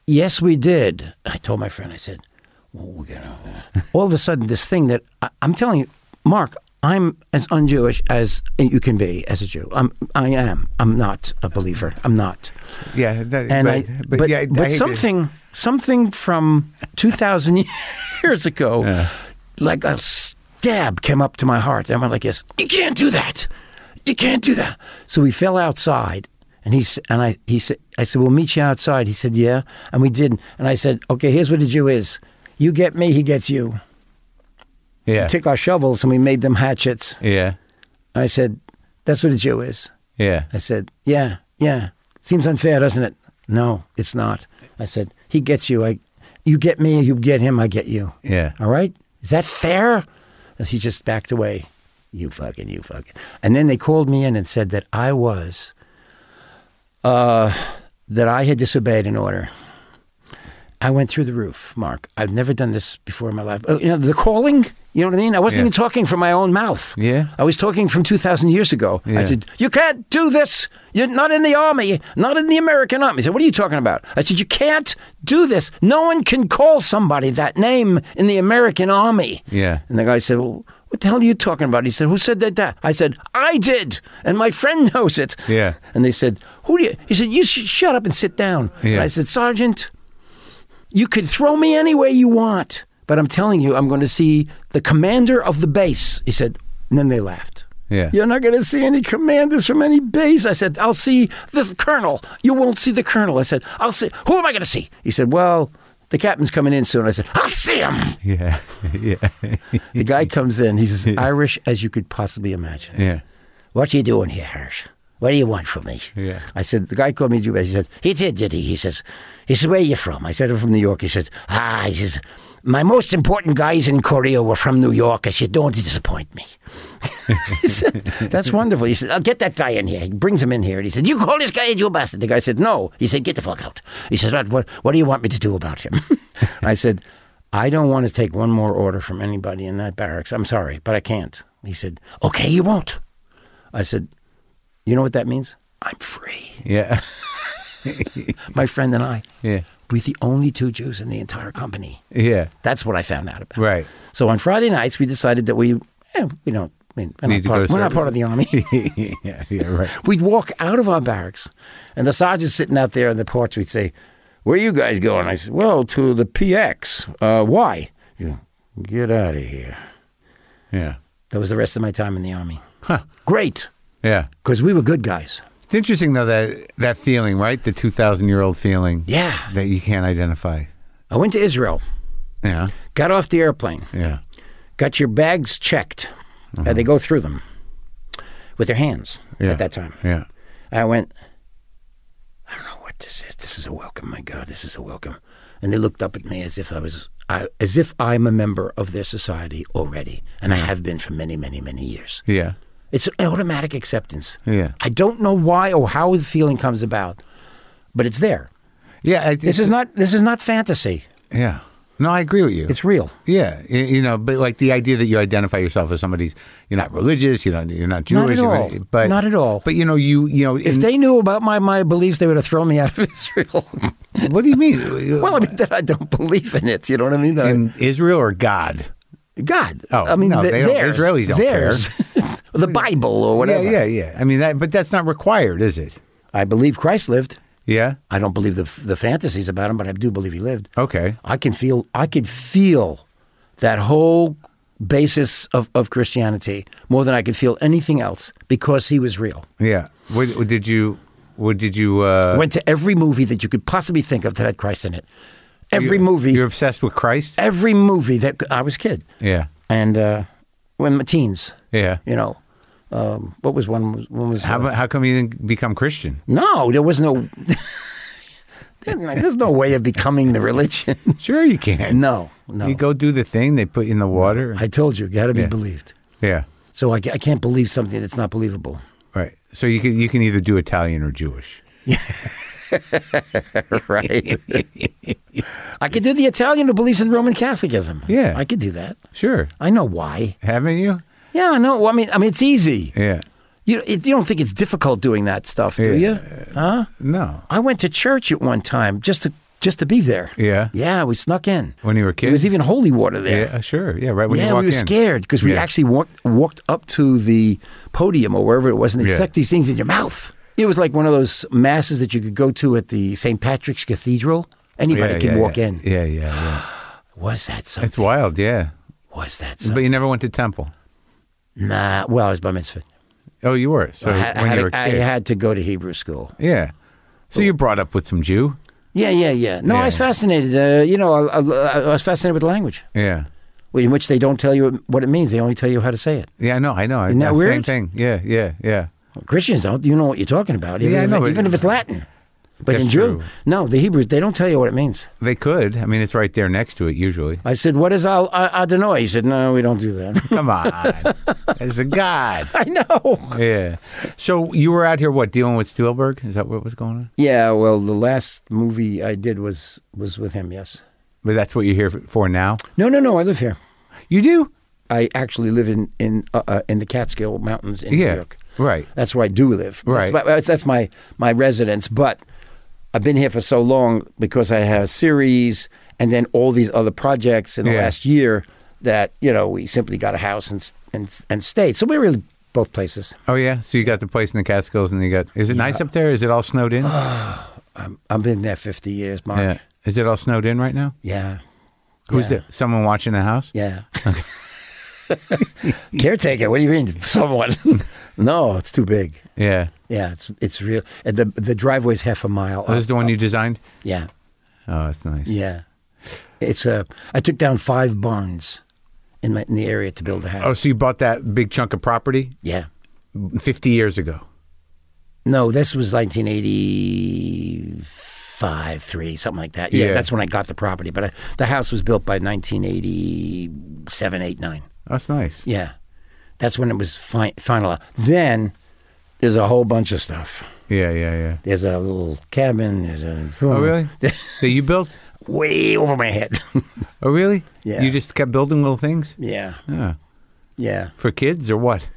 Speaker 3: Yes, we did. I told uh," my friend, I said, well, we're gonna, all of a sudden, this thing that I, I'm telling you, Mark, I'm as un-Jewish as you can be as a Jew. I'm, I am. I'm not a believer. I'm not.
Speaker 5: Yeah, that,
Speaker 3: And
Speaker 5: but,
Speaker 3: I,
Speaker 5: but, yeah, I hate to-
Speaker 3: something, something from 2,000 years ago, like a stab came up to my heart. And I went like this, you can't do that. You can't do that. So we fell outside. And he s- and I he said I said we'll meet you outside. He said yeah, and we did. And I said okay, here's what a Jew is: you get me, he gets you.
Speaker 4: Yeah.
Speaker 3: Took our shovels and we made them hatchets.
Speaker 4: yeah.
Speaker 3: And I said, That's what a Jew is.
Speaker 4: Yeah.
Speaker 3: I said, Yeah, yeah. Seems unfair, doesn't it? No, it's not. I said, He gets you. I, you get me, you get him, I get you.
Speaker 4: Yeah.
Speaker 3: All right? Is that fair? And he just backed away. You fucking, you fucking. And then they called me in and said that I was, uh, that I had disobeyed an order. I went through the roof, Mark. I've never done this before in my life. Oh, you know, the calling, you know what I mean? I wasn't
Speaker 4: Yeah.
Speaker 3: even talking from my own mouth.
Speaker 4: Yeah.
Speaker 3: I was talking from 2,000 years ago.
Speaker 4: Yeah.
Speaker 3: I said, You can't do this. You're not in the army, not in the American army. He said, What are you talking about? I said, You can't do this. No one can call somebody that name in the American army.
Speaker 4: Yeah.
Speaker 3: And the guy said, Well, what the hell are you talking about? He said, Who said that? that? I said, I did. And my friend knows it.
Speaker 4: Yeah.
Speaker 3: And they said, Who do you? He said, You sh- shut up and sit down.
Speaker 4: Yeah.
Speaker 3: And I said, Sergeant, you could throw me any way you want, but I'm telling you, I'm going to see the commander of the base. He said, and then they laughed.
Speaker 4: Yeah.
Speaker 3: You're not going to see any commanders from any base. I said, I'll see the colonel. You won't see the colonel. I said, I'll see. Who am I going to see? He said, Well, the captain's coming in soon. I said, I'll see him.
Speaker 4: Yeah. Yeah.
Speaker 3: The guy comes in. He's as Irish as you could possibly imagine.
Speaker 4: Yeah.
Speaker 3: What you doing here, Hirsch? What do you want from me?
Speaker 4: Yeah.
Speaker 3: I said, the guy called me Jewish. He said, he did, did he? He says, he says, where are you from? I said, I'm from New York. He says, ah, he says, my most important guys in Korea were from New York. I said, don't disappoint me. he said, that's wonderful. He said, I'll get that guy in here. He brings him in here. And he said, you call this guy a Jew bastard. The guy said, no. He said, get the fuck out. He says, what, what, what do you want me to do about him? I said, I don't want to take one more order from anybody in that barracks. I'm sorry, but I can't. He said, okay, you won't. I said, You know what that means? I'm free.
Speaker 4: Yeah.
Speaker 3: My friend and I,
Speaker 4: Yeah.
Speaker 3: we're the only two Jews in the entire company.
Speaker 4: Yeah.
Speaker 3: That's what I found out about.
Speaker 4: Right.
Speaker 3: So on Friday nights, we decided that we, eh, we don't, I mean, we're,
Speaker 4: Need
Speaker 3: not
Speaker 4: to
Speaker 3: part,
Speaker 4: go to
Speaker 3: we're not part of the army.
Speaker 4: yeah. Yeah. Right.
Speaker 3: we'd walk out of our barracks, and the sergeant sitting out there on the porch, we'd say, Where are you guys going? I said, Well, to the PX. Uh, why? He'd go, Get out of here.
Speaker 4: Yeah.
Speaker 3: That was the rest of my time in the army. Huh. Great,
Speaker 4: Yeah.
Speaker 3: because we were good guys.
Speaker 4: It's interesting though that that feeling, right? The two thousand year old feeling.
Speaker 3: Yeah.
Speaker 4: That you can't identify.
Speaker 3: I went to Israel,
Speaker 4: Yeah.
Speaker 3: got off the airplane.
Speaker 4: Yeah.
Speaker 3: got your bags checked. Uh, they go through them with their hands
Speaker 4: Uh-huh. Yeah.
Speaker 3: at that time.
Speaker 4: Yeah.
Speaker 3: I went, I don't know what this is. This is a welcome, my God, this is a welcome. And they looked up at me as if I was, I, as if I'm a member of their society already, and I have been for many, many, many years.
Speaker 4: Yeah.
Speaker 3: It's an automatic acceptance.
Speaker 4: Yeah.
Speaker 3: I don't know why or how the feeling comes about, but it's there.
Speaker 4: Yeah. It,
Speaker 3: This is not. This is not fantasy.
Speaker 4: Yeah. No, I agree with you.
Speaker 3: It's real.
Speaker 4: yeah, you, you know, but like the idea that you identify yourself as somebody's, you're not religious, you know, you're not Jewish,
Speaker 3: at
Speaker 4: you're-
Speaker 3: all.
Speaker 4: but
Speaker 3: Not at all.
Speaker 4: But you know, you you know,
Speaker 3: If
Speaker 4: in-
Speaker 3: they knew about my my beliefs, they would have thrown me out of Israel.
Speaker 4: what do you mean?
Speaker 3: Well, I mean that I don't believe in it. You know what I mean? I-
Speaker 4: in Israel or God?
Speaker 3: God.
Speaker 4: Oh,
Speaker 3: I mean,
Speaker 4: no,
Speaker 3: th-
Speaker 4: they don't-
Speaker 3: theirs,
Speaker 4: Israelis don't
Speaker 3: theirs. the Bible or whatever.
Speaker 4: Yeah, yeah, yeah. I mean that, but that's not required, is it?
Speaker 3: I believe Christ lived.
Speaker 4: Yeah.
Speaker 3: I don't believe the the fantasies about him, but I do believe he lived.
Speaker 4: Okay.
Speaker 3: I can feel. I could feel that whole basis of, of Christianity more than I could feel anything else because he was real.
Speaker 4: Yeah. What, what did you? What did you? Uh,
Speaker 3: Went to every movie that you could possibly think of that had Christ in it. Every movie. Eh.
Speaker 4: You're obsessed with Christ.
Speaker 3: every movie that I was a kid.
Speaker 4: Yeah.
Speaker 3: and uh, when my teens.
Speaker 4: Yeah.
Speaker 3: You know, um, what was one? When was
Speaker 4: How,
Speaker 3: uh,
Speaker 4: about- how come you didn't become Christian?
Speaker 3: no? There was no. there's no way of becoming the religion.
Speaker 4: Sure, you can.
Speaker 3: no, no.
Speaker 4: You go do the thing they put you in the water.
Speaker 3: I told you, got to be
Speaker 4: Yeah.
Speaker 3: believed.
Speaker 4: yeah.
Speaker 3: So I, ca- I can't believe something that's not believable.
Speaker 4: Right. So you can you can either do Italian or Jewish.
Speaker 3: right. I could do the Italian who believes in Roman Catholicism.
Speaker 4: Yeah.
Speaker 3: I could do that.
Speaker 4: Sure.
Speaker 3: I know why.
Speaker 4: Haven't you?
Speaker 3: Yeah, I know. Well, I mean, I mean, it's easy.
Speaker 4: Yeah.
Speaker 3: You it, you don't think it's difficult doing that stuff, do
Speaker 4: Yeah.
Speaker 3: you? Huh?
Speaker 4: No.
Speaker 3: I went to church at one time just to just to be there.
Speaker 4: Yeah.
Speaker 3: Yeah, we snuck in.
Speaker 4: When you were a
Speaker 3: There was
Speaker 4: kid?
Speaker 3: even holy water there.
Speaker 4: Yeah, sure. Yeah, right when
Speaker 3: yeah,
Speaker 4: you walk
Speaker 3: we were
Speaker 4: in.
Speaker 3: scared because we
Speaker 4: Yeah.
Speaker 3: actually walked walked up to the podium or wherever it was, and they
Speaker 4: Yeah.
Speaker 3: stuck these things in your mouth. It was like one of those masses that you could go to at the St. Patrick's Cathedral. Anybody
Speaker 4: yeah,
Speaker 3: can
Speaker 4: yeah,
Speaker 3: walk
Speaker 4: yeah.
Speaker 3: in.
Speaker 4: Yeah, yeah, yeah.
Speaker 3: Was that something?
Speaker 4: It's wild, yeah.
Speaker 3: Was that something?
Speaker 4: But you never went to temple.
Speaker 3: Nah. Well, I was by mitzvah.
Speaker 4: Oh, you were. So
Speaker 3: I, had- I
Speaker 4: when
Speaker 3: had,
Speaker 4: you were a
Speaker 3: I
Speaker 4: kid.
Speaker 3: had to go to Hebrew school.
Speaker 4: yeah. So you brought up with some Jew.
Speaker 3: Yeah, yeah, yeah. No,
Speaker 4: Yeah.
Speaker 3: I was fascinated. Uh, you know, I, I, I was fascinated with language,
Speaker 4: Yeah.
Speaker 3: in which they don't tell you what it means. They only tell you how to say it.
Speaker 4: Yeah, I know, I know.
Speaker 3: Isn't that
Speaker 4: Same
Speaker 3: weird?
Speaker 4: thing. Yeah, yeah, yeah.
Speaker 3: Christians don't. You know what you're talking about. Even,
Speaker 4: Yeah, I
Speaker 3: if,
Speaker 4: know, but-
Speaker 3: even if it's Latin. But
Speaker 4: That's
Speaker 3: in Jew,
Speaker 4: true.
Speaker 3: no, the Hebrews, they don't tell you what it means.
Speaker 4: They could. I mean, it's right there next to it usually.
Speaker 3: I said, "What is Al uh, Adonai?" He said, "No, we don't do that."
Speaker 4: Come on. As a god.
Speaker 3: I know.
Speaker 4: Yeah. So you were out here what dealing with Spielberg? Is that what was going on?
Speaker 3: Yeah. Well, the last movie I did was was with him. Yes.
Speaker 4: But that's what you're here for now.
Speaker 3: No, no, no. I live here.
Speaker 4: You do?
Speaker 3: I actually live in in uh, uh, in the Catskill Mountains in
Speaker 4: Yeah.
Speaker 3: New York.
Speaker 4: Right.
Speaker 3: That's where I do live.
Speaker 4: Right.
Speaker 3: That's my, that's- that's my my residence. But I've been here for so long because I have a series and then all these other projects in the
Speaker 4: Yeah.
Speaker 3: last year that you know we simply got a house and s- and s- and stayed. So we're really both places.
Speaker 4: Oh yeah. So you got the place in the Catskills, and you got. Is it nice up there? Is it all snowed in?
Speaker 3: I've been there fifty years, Mark.
Speaker 4: yeah. Is it all snowed in right now?
Speaker 3: Yeah.
Speaker 4: Who's
Speaker 3: Yeah.
Speaker 4: there? Someone watching the house?
Speaker 3: Yeah. Caretaker, what do you mean? Someone. no, it's too big.
Speaker 4: Yeah.
Speaker 3: Yeah, it's it's real. And the the driveway's half a mile.
Speaker 4: Oh, this
Speaker 3: up.
Speaker 4: is the one you designed.
Speaker 3: Yeah.
Speaker 4: Oh, that's nice.
Speaker 3: Yeah. It's a I took down five barns in my in the area to build a house.
Speaker 4: Oh, so you bought that big chunk of property
Speaker 3: Yeah.
Speaker 4: 50 years ago.
Speaker 3: No, this was 1985, 3, something like that. Yeah,
Speaker 4: Yeah.
Speaker 3: that's when I got the property, but I, the house was built by 1987, 8, 9.
Speaker 4: That's nice.
Speaker 3: Yeah. That's when it was fi- final. Then there's a whole bunch of stuff.
Speaker 4: Yeah, yeah, yeah.
Speaker 3: There's a little cabin. There's a
Speaker 4: Oh, really? that you built?
Speaker 3: way over my head.
Speaker 4: Oh, really?
Speaker 3: Yeah.
Speaker 4: You just kept building little things?
Speaker 3: yeah,
Speaker 4: Yeah.
Speaker 3: yeah.
Speaker 4: For kids or what?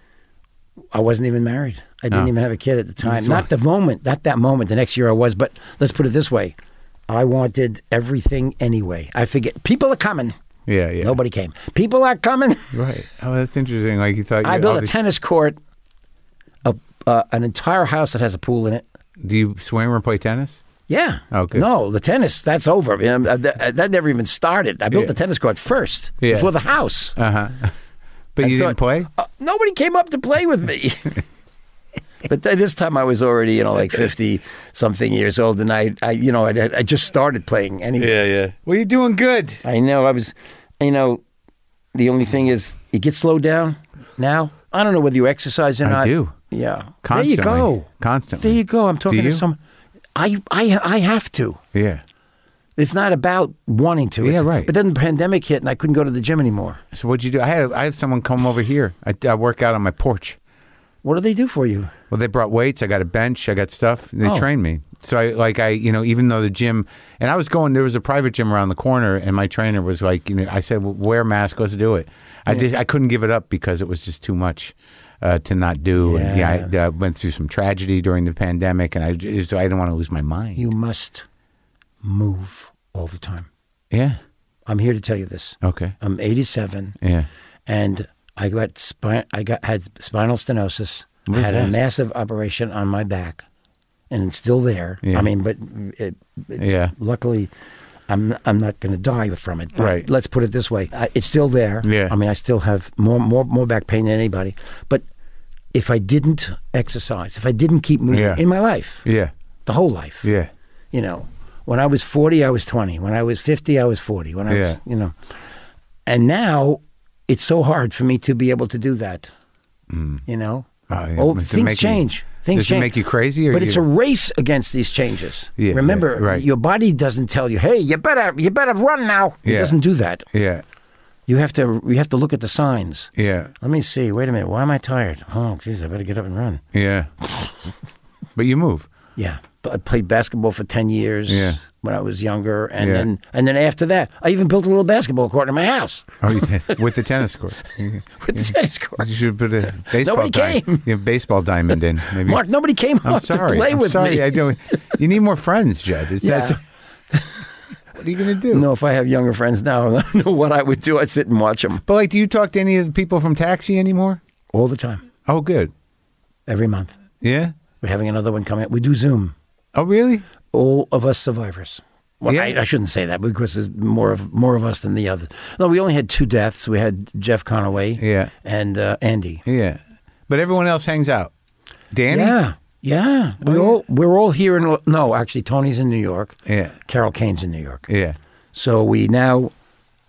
Speaker 3: I wasn't even married. I didn't
Speaker 4: Oh.
Speaker 3: even have a kid at the time.
Speaker 4: So-
Speaker 3: Not the moment. Not that moment. The next year I was. But let's put it this way: I wanted everything anyway. I forget. People are coming.
Speaker 4: Yeah, yeah.
Speaker 3: Nobody came. People are coming.
Speaker 4: Right. Oh, that's interesting. Like you thought.
Speaker 3: I
Speaker 4: you- all
Speaker 3: built a
Speaker 4: the-
Speaker 3: tennis court, a, uh, an entire house that has a pool in it.
Speaker 4: Do you swim or play tennis?
Speaker 3: Yeah.
Speaker 4: Oh, good.
Speaker 3: No, the tennis, that's over. I mean, I- I- that never even started. I built
Speaker 4: Yeah.
Speaker 3: the tennis court first
Speaker 4: Yeah.
Speaker 3: before the house.
Speaker 4: Uh huh. But
Speaker 3: I
Speaker 4: you
Speaker 3: thought-
Speaker 4: didn't play.
Speaker 3: Uh, nobody came up to play with me. but th- this time I was already, you know, like 50 something years old and I, I you know, I, I just started playing anyway.
Speaker 4: yeah. Well, you're doing good.
Speaker 3: I know I was, you know, the only thing is it gets slowed down now. I don't know whether you exercise or
Speaker 4: I
Speaker 3: not.
Speaker 4: do.
Speaker 3: Yeah.
Speaker 4: Constantly.
Speaker 3: There you go.
Speaker 4: Constantly.
Speaker 3: There you go. I'm talking
Speaker 4: you?
Speaker 3: to some. I, I, I have to.
Speaker 4: Yeah.
Speaker 3: It's not about wanting to. It's-
Speaker 4: Yeah, right.
Speaker 3: But then the pandemic hit, and I couldn't go to the gym anymore.
Speaker 4: So what'd you do? I had I had someone come over here. I, I work out on my porch.
Speaker 3: What do they do for you?
Speaker 4: Well, they brought weights. I got a bench. I got stuff. They
Speaker 3: Oh.
Speaker 4: trained me. So I like I you know even though the gym and I was going there was a private gym around the corner and my trainer was like you know I said well, wear a mask let's do it. I just I couldn't give it up because it was just too much. Uh, to not do, and yeah, I, I went through some tragedy during the pandemic, and I just I didn't want to lose my mind.
Speaker 3: You must move all the time.
Speaker 4: yeah,
Speaker 3: I'm here to tell you this.
Speaker 4: okay,
Speaker 3: I'm 87,
Speaker 4: yeah,
Speaker 3: and I got spine. I got had spinal stenosis.
Speaker 4: What is
Speaker 3: had a
Speaker 4: that?
Speaker 3: massive operation on my back, and it's still there.
Speaker 4: Yeah.
Speaker 3: I mean, but it, it-
Speaker 4: Yeah.
Speaker 3: luckily. I'm I'm not going to die from it. But
Speaker 4: Right.
Speaker 3: Let's put it this way: I, it's still there.
Speaker 4: Yeah.
Speaker 3: I mean, I still have more more more back pain than anybody. But if I didn't exercise, if I didn't keep moving
Speaker 4: Yeah.
Speaker 3: in my life,
Speaker 4: yeah,
Speaker 3: the whole life,
Speaker 4: yeah,
Speaker 3: you know when i was 40 i was 20 when i was 50 i was 40 when i
Speaker 4: Yeah.
Speaker 3: was you know and now it's so hard for me to be able to do that you know
Speaker 4: Oh, yeah. Does it
Speaker 3: things
Speaker 4: make you-
Speaker 3: change things
Speaker 4: does it
Speaker 3: change
Speaker 4: make you crazy or
Speaker 3: but it's a
Speaker 4: you-
Speaker 3: race against these changes
Speaker 4: Yeah, yeah,
Speaker 3: remember
Speaker 4: right.
Speaker 3: your body doesn't tell you hey you better you better run now it
Speaker 4: Yeah.
Speaker 3: doesn't do that
Speaker 4: yeah,
Speaker 3: you have to you have to look at the signs
Speaker 4: yeah.
Speaker 3: let me see wait a minute why am i tired oh jeez i better get up and run
Speaker 4: Yeah. but you move.
Speaker 3: Yeah, but I played basketball for ten years
Speaker 4: Yeah.
Speaker 3: when I was younger, and
Speaker 4: Yeah.
Speaker 3: then and then after that, I even built a little basketball court in my house
Speaker 4: Oh, you did. With the tennis court. You
Speaker 3: with the tennis court.
Speaker 4: should put a baseball
Speaker 3: Nobody
Speaker 4: diamond.
Speaker 3: came.
Speaker 4: You have baseball diamond in. Maybe.
Speaker 3: Mark, nobody came
Speaker 4: I'm
Speaker 3: up
Speaker 4: sorry.
Speaker 3: to play
Speaker 4: I'm
Speaker 3: with
Speaker 4: sorry.
Speaker 3: me.
Speaker 4: I don't. You need more friends, Judge. It's,
Speaker 3: yeah.
Speaker 4: that's- What are you going to do?
Speaker 3: No, if I have younger friends now, I don't know what I would do. I'd sit and watch them
Speaker 4: But like, do you talk to any of the people from Taxi anymore?
Speaker 3: all the time,
Speaker 4: Oh, good.
Speaker 3: every month.
Speaker 4: Yeah.
Speaker 3: We're having another one coming up. We do Zoom.
Speaker 4: Oh, really?
Speaker 3: all of us survivors. Well,
Speaker 4: Yeah.
Speaker 3: I, I shouldn't say that because there's more of more of us than the others. No, we only had two deaths. We had Jeff Conaway,
Speaker 4: Yeah.
Speaker 3: and uh, Andy.
Speaker 4: Yeah. But everyone else hangs out. Danny.
Speaker 3: Yeah, yeah.
Speaker 4: Oh,
Speaker 3: We all we're all here in no, actually, Tony's in New York.
Speaker 4: Yeah.
Speaker 3: Carol Kane's in New York.
Speaker 4: Yeah.
Speaker 3: So we now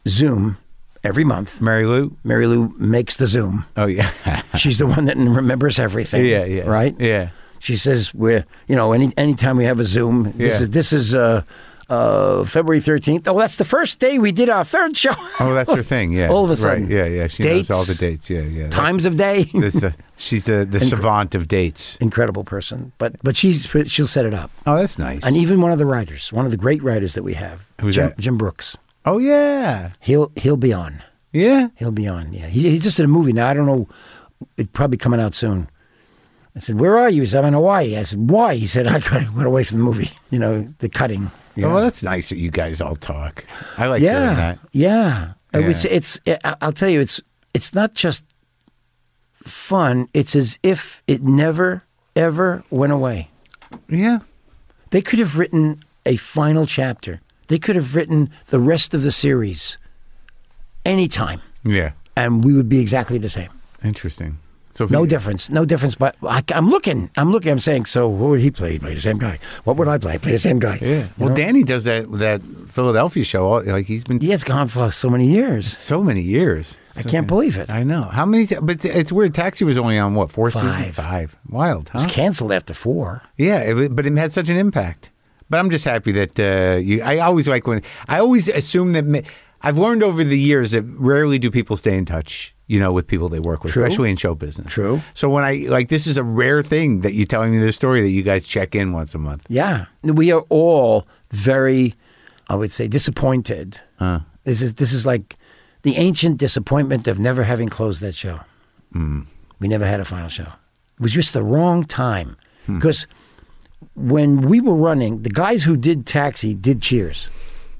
Speaker 3: Zoom every month.
Speaker 4: Mary Lou.
Speaker 3: Mary Lou makes the Zoom.
Speaker 4: Oh yeah.
Speaker 3: She's the one that remembers everything.
Speaker 4: yeah. Yeah.
Speaker 3: Right.
Speaker 4: Yeah.
Speaker 3: She says we're you know any anytime we have a Zoom. This
Speaker 4: Yeah.
Speaker 3: is this is uh, uh, February thirteenth. Oh, that's the first day we did our third show.
Speaker 4: Oh, that's her thing. Yeah.
Speaker 3: All of a
Speaker 4: Right.
Speaker 3: sudden.
Speaker 4: Yeah. Yeah. She
Speaker 3: Dates.
Speaker 4: knows all the dates. Yeah. Yeah. That's-
Speaker 3: Times of day.
Speaker 4: That's the, she's the, the savant of dates.
Speaker 3: Incredible person, but but she's she'll set it up.
Speaker 4: Oh, that's nice.
Speaker 3: And e- even one of the writers, one of the great writers that we have,
Speaker 4: Who's
Speaker 3: Jim,
Speaker 4: that?
Speaker 3: Jim Brooks.
Speaker 4: oh yeah.
Speaker 3: He'll he'll be on.
Speaker 4: Yeah.
Speaker 3: He'll be on. Yeah, he, he just did a movie. Now I don't know. It's probably coming out soon. I said, "Where are you?" He said, "I'm in Hawaii." I said, "Why?" He said, "I went away from the movie. You know, the cutting." you know.
Speaker 4: Well, that's nice that you guys all talk. I like hearing
Speaker 3: yeah,
Speaker 4: that.
Speaker 3: yeah. I would
Speaker 4: Yeah.
Speaker 3: say It's, I- I'll tell you, it's it's not just fun. It's as if it never ever went away.
Speaker 4: Yeah.
Speaker 3: They could have written a final chapter. They could have written the rest of the series anytime,
Speaker 4: Yeah.
Speaker 3: and we would be exactly the same.
Speaker 4: Interesting. So
Speaker 3: No
Speaker 4: he-
Speaker 3: difference. No difference. But I, am looking. I'm looking. I'm saying. So, what would he play? He played the same guy. What would I play? I played the same guy.
Speaker 4: Yeah. Well, Danny does that that Philadelphia show. All, like he's been
Speaker 3: Yeah, it's gone for so many years.
Speaker 4: so many years.
Speaker 3: I can't believe it. It
Speaker 4: I know. How many? T- but it's weird. Taxi was only on what four seasons?
Speaker 3: Five.
Speaker 4: Five. Wild, huh?
Speaker 3: was canceled after four.
Speaker 4: Yeah, it, wa- but it had such an impact. But I'm just happy that uh, you. I always like when I always assume that. ma- I've learned over the years that rarely do people stay in touch, you know, with people they work with,
Speaker 3: True.
Speaker 4: especially in show business.
Speaker 3: True.
Speaker 4: So when I like, this is a rare thing that you telling me this story that you guys check in once a month.
Speaker 3: Yeah, we are all very, I would say, disappointed. This is this is like the ancient disappointment of never having closed that show. We never had a final show. It was just the wrong time because when we were running, the guys who did Taxi did Cheers.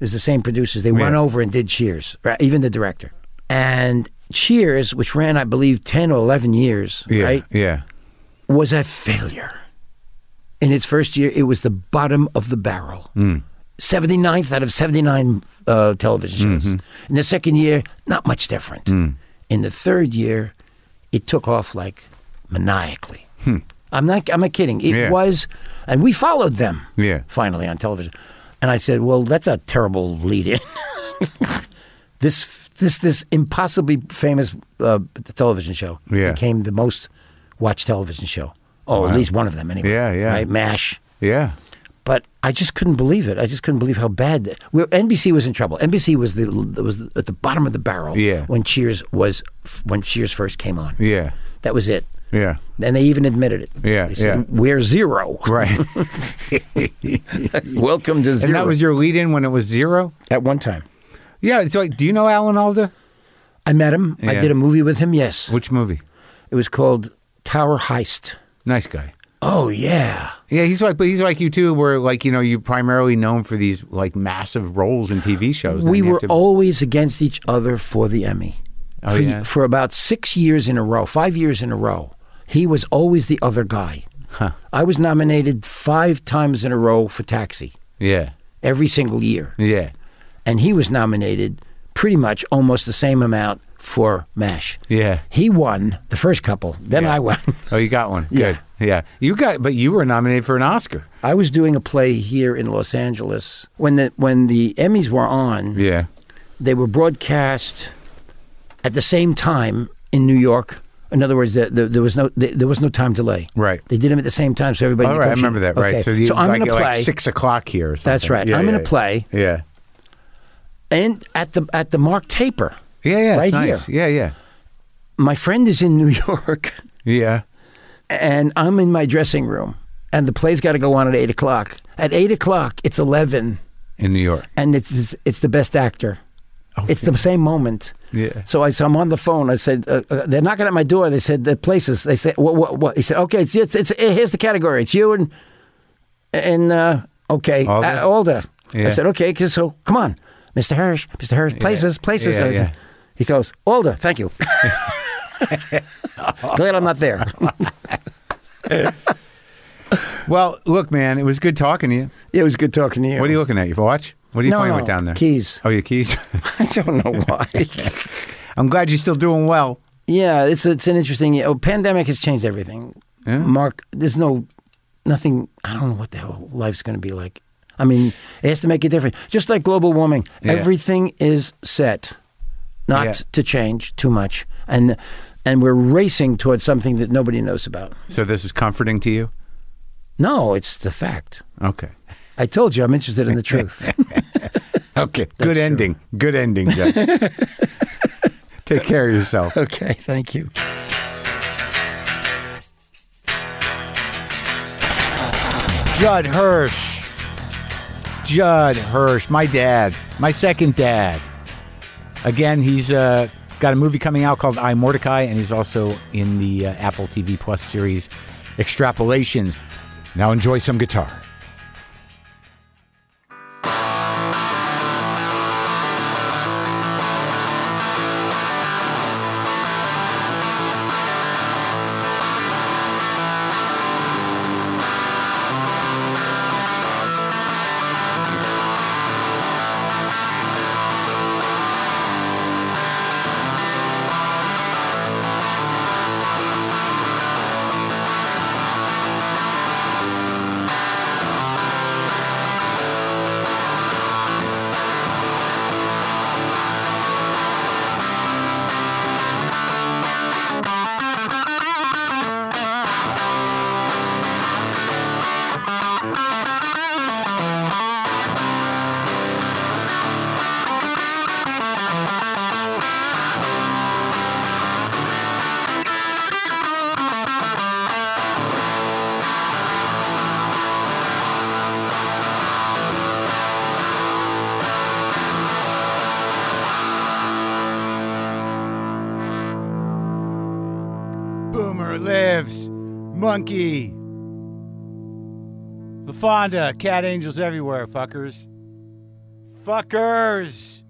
Speaker 3: It was the same producers. They went over and did Cheers, right? even the director. And Cheers, which ran, I believe, ten or eleven years,
Speaker 4: Yeah,
Speaker 3: right?
Speaker 4: yeah.
Speaker 3: was a failure. In its first year, it was the bottom of the barrel.
Speaker 4: Mm.
Speaker 3: 79th out of 79 uh, television shows.
Speaker 4: Mm-hmm.
Speaker 3: In the second year, not much different.
Speaker 4: Mm.
Speaker 3: In the third year, it took off like maniacally. I'm not. I'm not kidding. It
Speaker 4: Hmm. Yeah.
Speaker 3: was, and we followed them.
Speaker 4: Yeah.
Speaker 3: Finally on television, and I said, "Well, that's a terrible lead-in." this this this impossibly famous uh, television show
Speaker 4: Yeah.
Speaker 3: became the most watched television show. Oh, at least one of them anyway.
Speaker 4: Yeah, yeah.
Speaker 3: Right, Mash.
Speaker 4: Yeah.
Speaker 3: But I just couldn't believe it. I just couldn't believe how bad that- we're, NBC was in trouble. NBC was the was at the bottom of the barrel.
Speaker 4: Yeah.
Speaker 3: When Cheers was when Cheers first came on.
Speaker 4: Yeah.
Speaker 3: That was it.
Speaker 4: Yeah.
Speaker 3: And they even admitted it.
Speaker 4: Yeah,
Speaker 3: They said,
Speaker 4: yeah.
Speaker 3: We're zero.
Speaker 4: Right.
Speaker 3: Welcome to zero.
Speaker 4: and that was your lead in when it was zero?
Speaker 3: at one time.
Speaker 4: Yeah. It's like, do you know Alan Alda?
Speaker 3: I met him. I
Speaker 4: Yeah.
Speaker 3: did a movie with him. Yes.
Speaker 4: Which movie?
Speaker 3: It was called Tower Heist.
Speaker 4: Nice guy.
Speaker 3: Oh yeah.
Speaker 4: Yeah, he's like, but he's like you too, where like you know you're primarily known for these like massive roles in TV shows.
Speaker 3: we
Speaker 4: Then you
Speaker 3: were
Speaker 4: have to-
Speaker 3: always against each other for the Emmy.
Speaker 4: Oh,
Speaker 3: for,
Speaker 4: yeah?
Speaker 3: for about six years in a row, five years in a row, he was always the other guy. I was nominated five times in a row for Taxi
Speaker 4: yeah,
Speaker 3: every single year,
Speaker 4: yeah,
Speaker 3: and he was nominated pretty much almost the same amount for Mash.
Speaker 4: yeah.
Speaker 3: He won the first couple, then
Speaker 4: Yeah.
Speaker 3: I won.
Speaker 4: Oh, you got one.
Speaker 3: Yeah.
Speaker 4: Good. Yeah, you got, but you were nominated for an Oscar.
Speaker 3: I was doing a play here in Los Angeles when the when the Emmys were on.
Speaker 4: Yeah,
Speaker 3: they were broadcast at the same time in New York. In other words, there, there, there was no there, there was no time delay.
Speaker 4: Right.
Speaker 3: They did them at the same time, so everybody.
Speaker 4: all
Speaker 3: could
Speaker 4: right, I
Speaker 3: come shoot.
Speaker 4: remember that. Right,
Speaker 3: Okay.
Speaker 4: so, you,
Speaker 3: I'm
Speaker 4: like,
Speaker 3: going to
Speaker 4: at, like,
Speaker 3: play.
Speaker 4: six o'clock here or something.
Speaker 3: That's right.
Speaker 4: Yeah,
Speaker 3: I'm going to
Speaker 4: yeah,
Speaker 3: play
Speaker 4: Yeah,
Speaker 3: and at the at the Mark Taper.
Speaker 4: yeah, yeah.
Speaker 3: Right
Speaker 4: nice.
Speaker 3: here.
Speaker 4: Yeah,
Speaker 3: My friend is in New York,
Speaker 4: yeah, yeah.
Speaker 3: and I'm in my dressing room, and the play's got to go on at eight o'clock. At eight o'clock, it's eleven,
Speaker 4: In New York.
Speaker 3: and it's it's the best actor. It's the same moment.
Speaker 4: Yeah.
Speaker 3: So I, so I'm on the phone. I said, uh, uh, they're knocking at my door. They said, the places. They said, what, what, what? He said, okay, it's, eh, it's, it's here's the category. It's you and, and, uh, okay,
Speaker 4: Alda?
Speaker 3: uh, Alda.
Speaker 4: Yeah.
Speaker 3: I said, okay, 'cause- so come on, Mr. Hirsch, Mr. Hirsch, places, places.
Speaker 4: Yeah,
Speaker 3: And I said-
Speaker 4: yeah.
Speaker 3: He goes, Alda, thank you. Glad I'm not there.
Speaker 4: Well, look, man, it was good talking to you.
Speaker 3: it was good talking to you.
Speaker 4: What are you looking at? Your watch? What are you
Speaker 3: No,
Speaker 4: playing
Speaker 3: no,
Speaker 4: with down there?
Speaker 3: keys.
Speaker 4: Oh, your keys.
Speaker 3: I don't know why.
Speaker 4: I'm glad you're still doing well.
Speaker 3: yeah, it's it's an interesting. Oh, pandemic has changed everything.
Speaker 4: Yeah.
Speaker 3: Mark, there's no nothing. I don't know what the hell life's going to be like. I mean, it has to make a difference. Just like global warming,
Speaker 4: Yeah.
Speaker 3: everything is set not
Speaker 4: Yeah.
Speaker 3: to change too much, and and we're racing towards something that nobody knows about.
Speaker 4: So this was comforting to you.
Speaker 3: No, it's the fact.
Speaker 4: Okay.
Speaker 3: I told you I'm interested in the truth.
Speaker 4: Okay. Good ending. Good ending, Jack. Take care of yourself.
Speaker 3: okay, thank you.
Speaker 4: Judd Hirsch. Judd Hirsch, my dad, my second dad. Again, he's uh, got a movie coming out called I Mordecai, and he's also in the uh, Apple TV Plus series Extrapolations. Now enjoy some guitar. Boomer lives. Monkey. LaFonda. Cat angels everywhere, fuckers. Fuckers.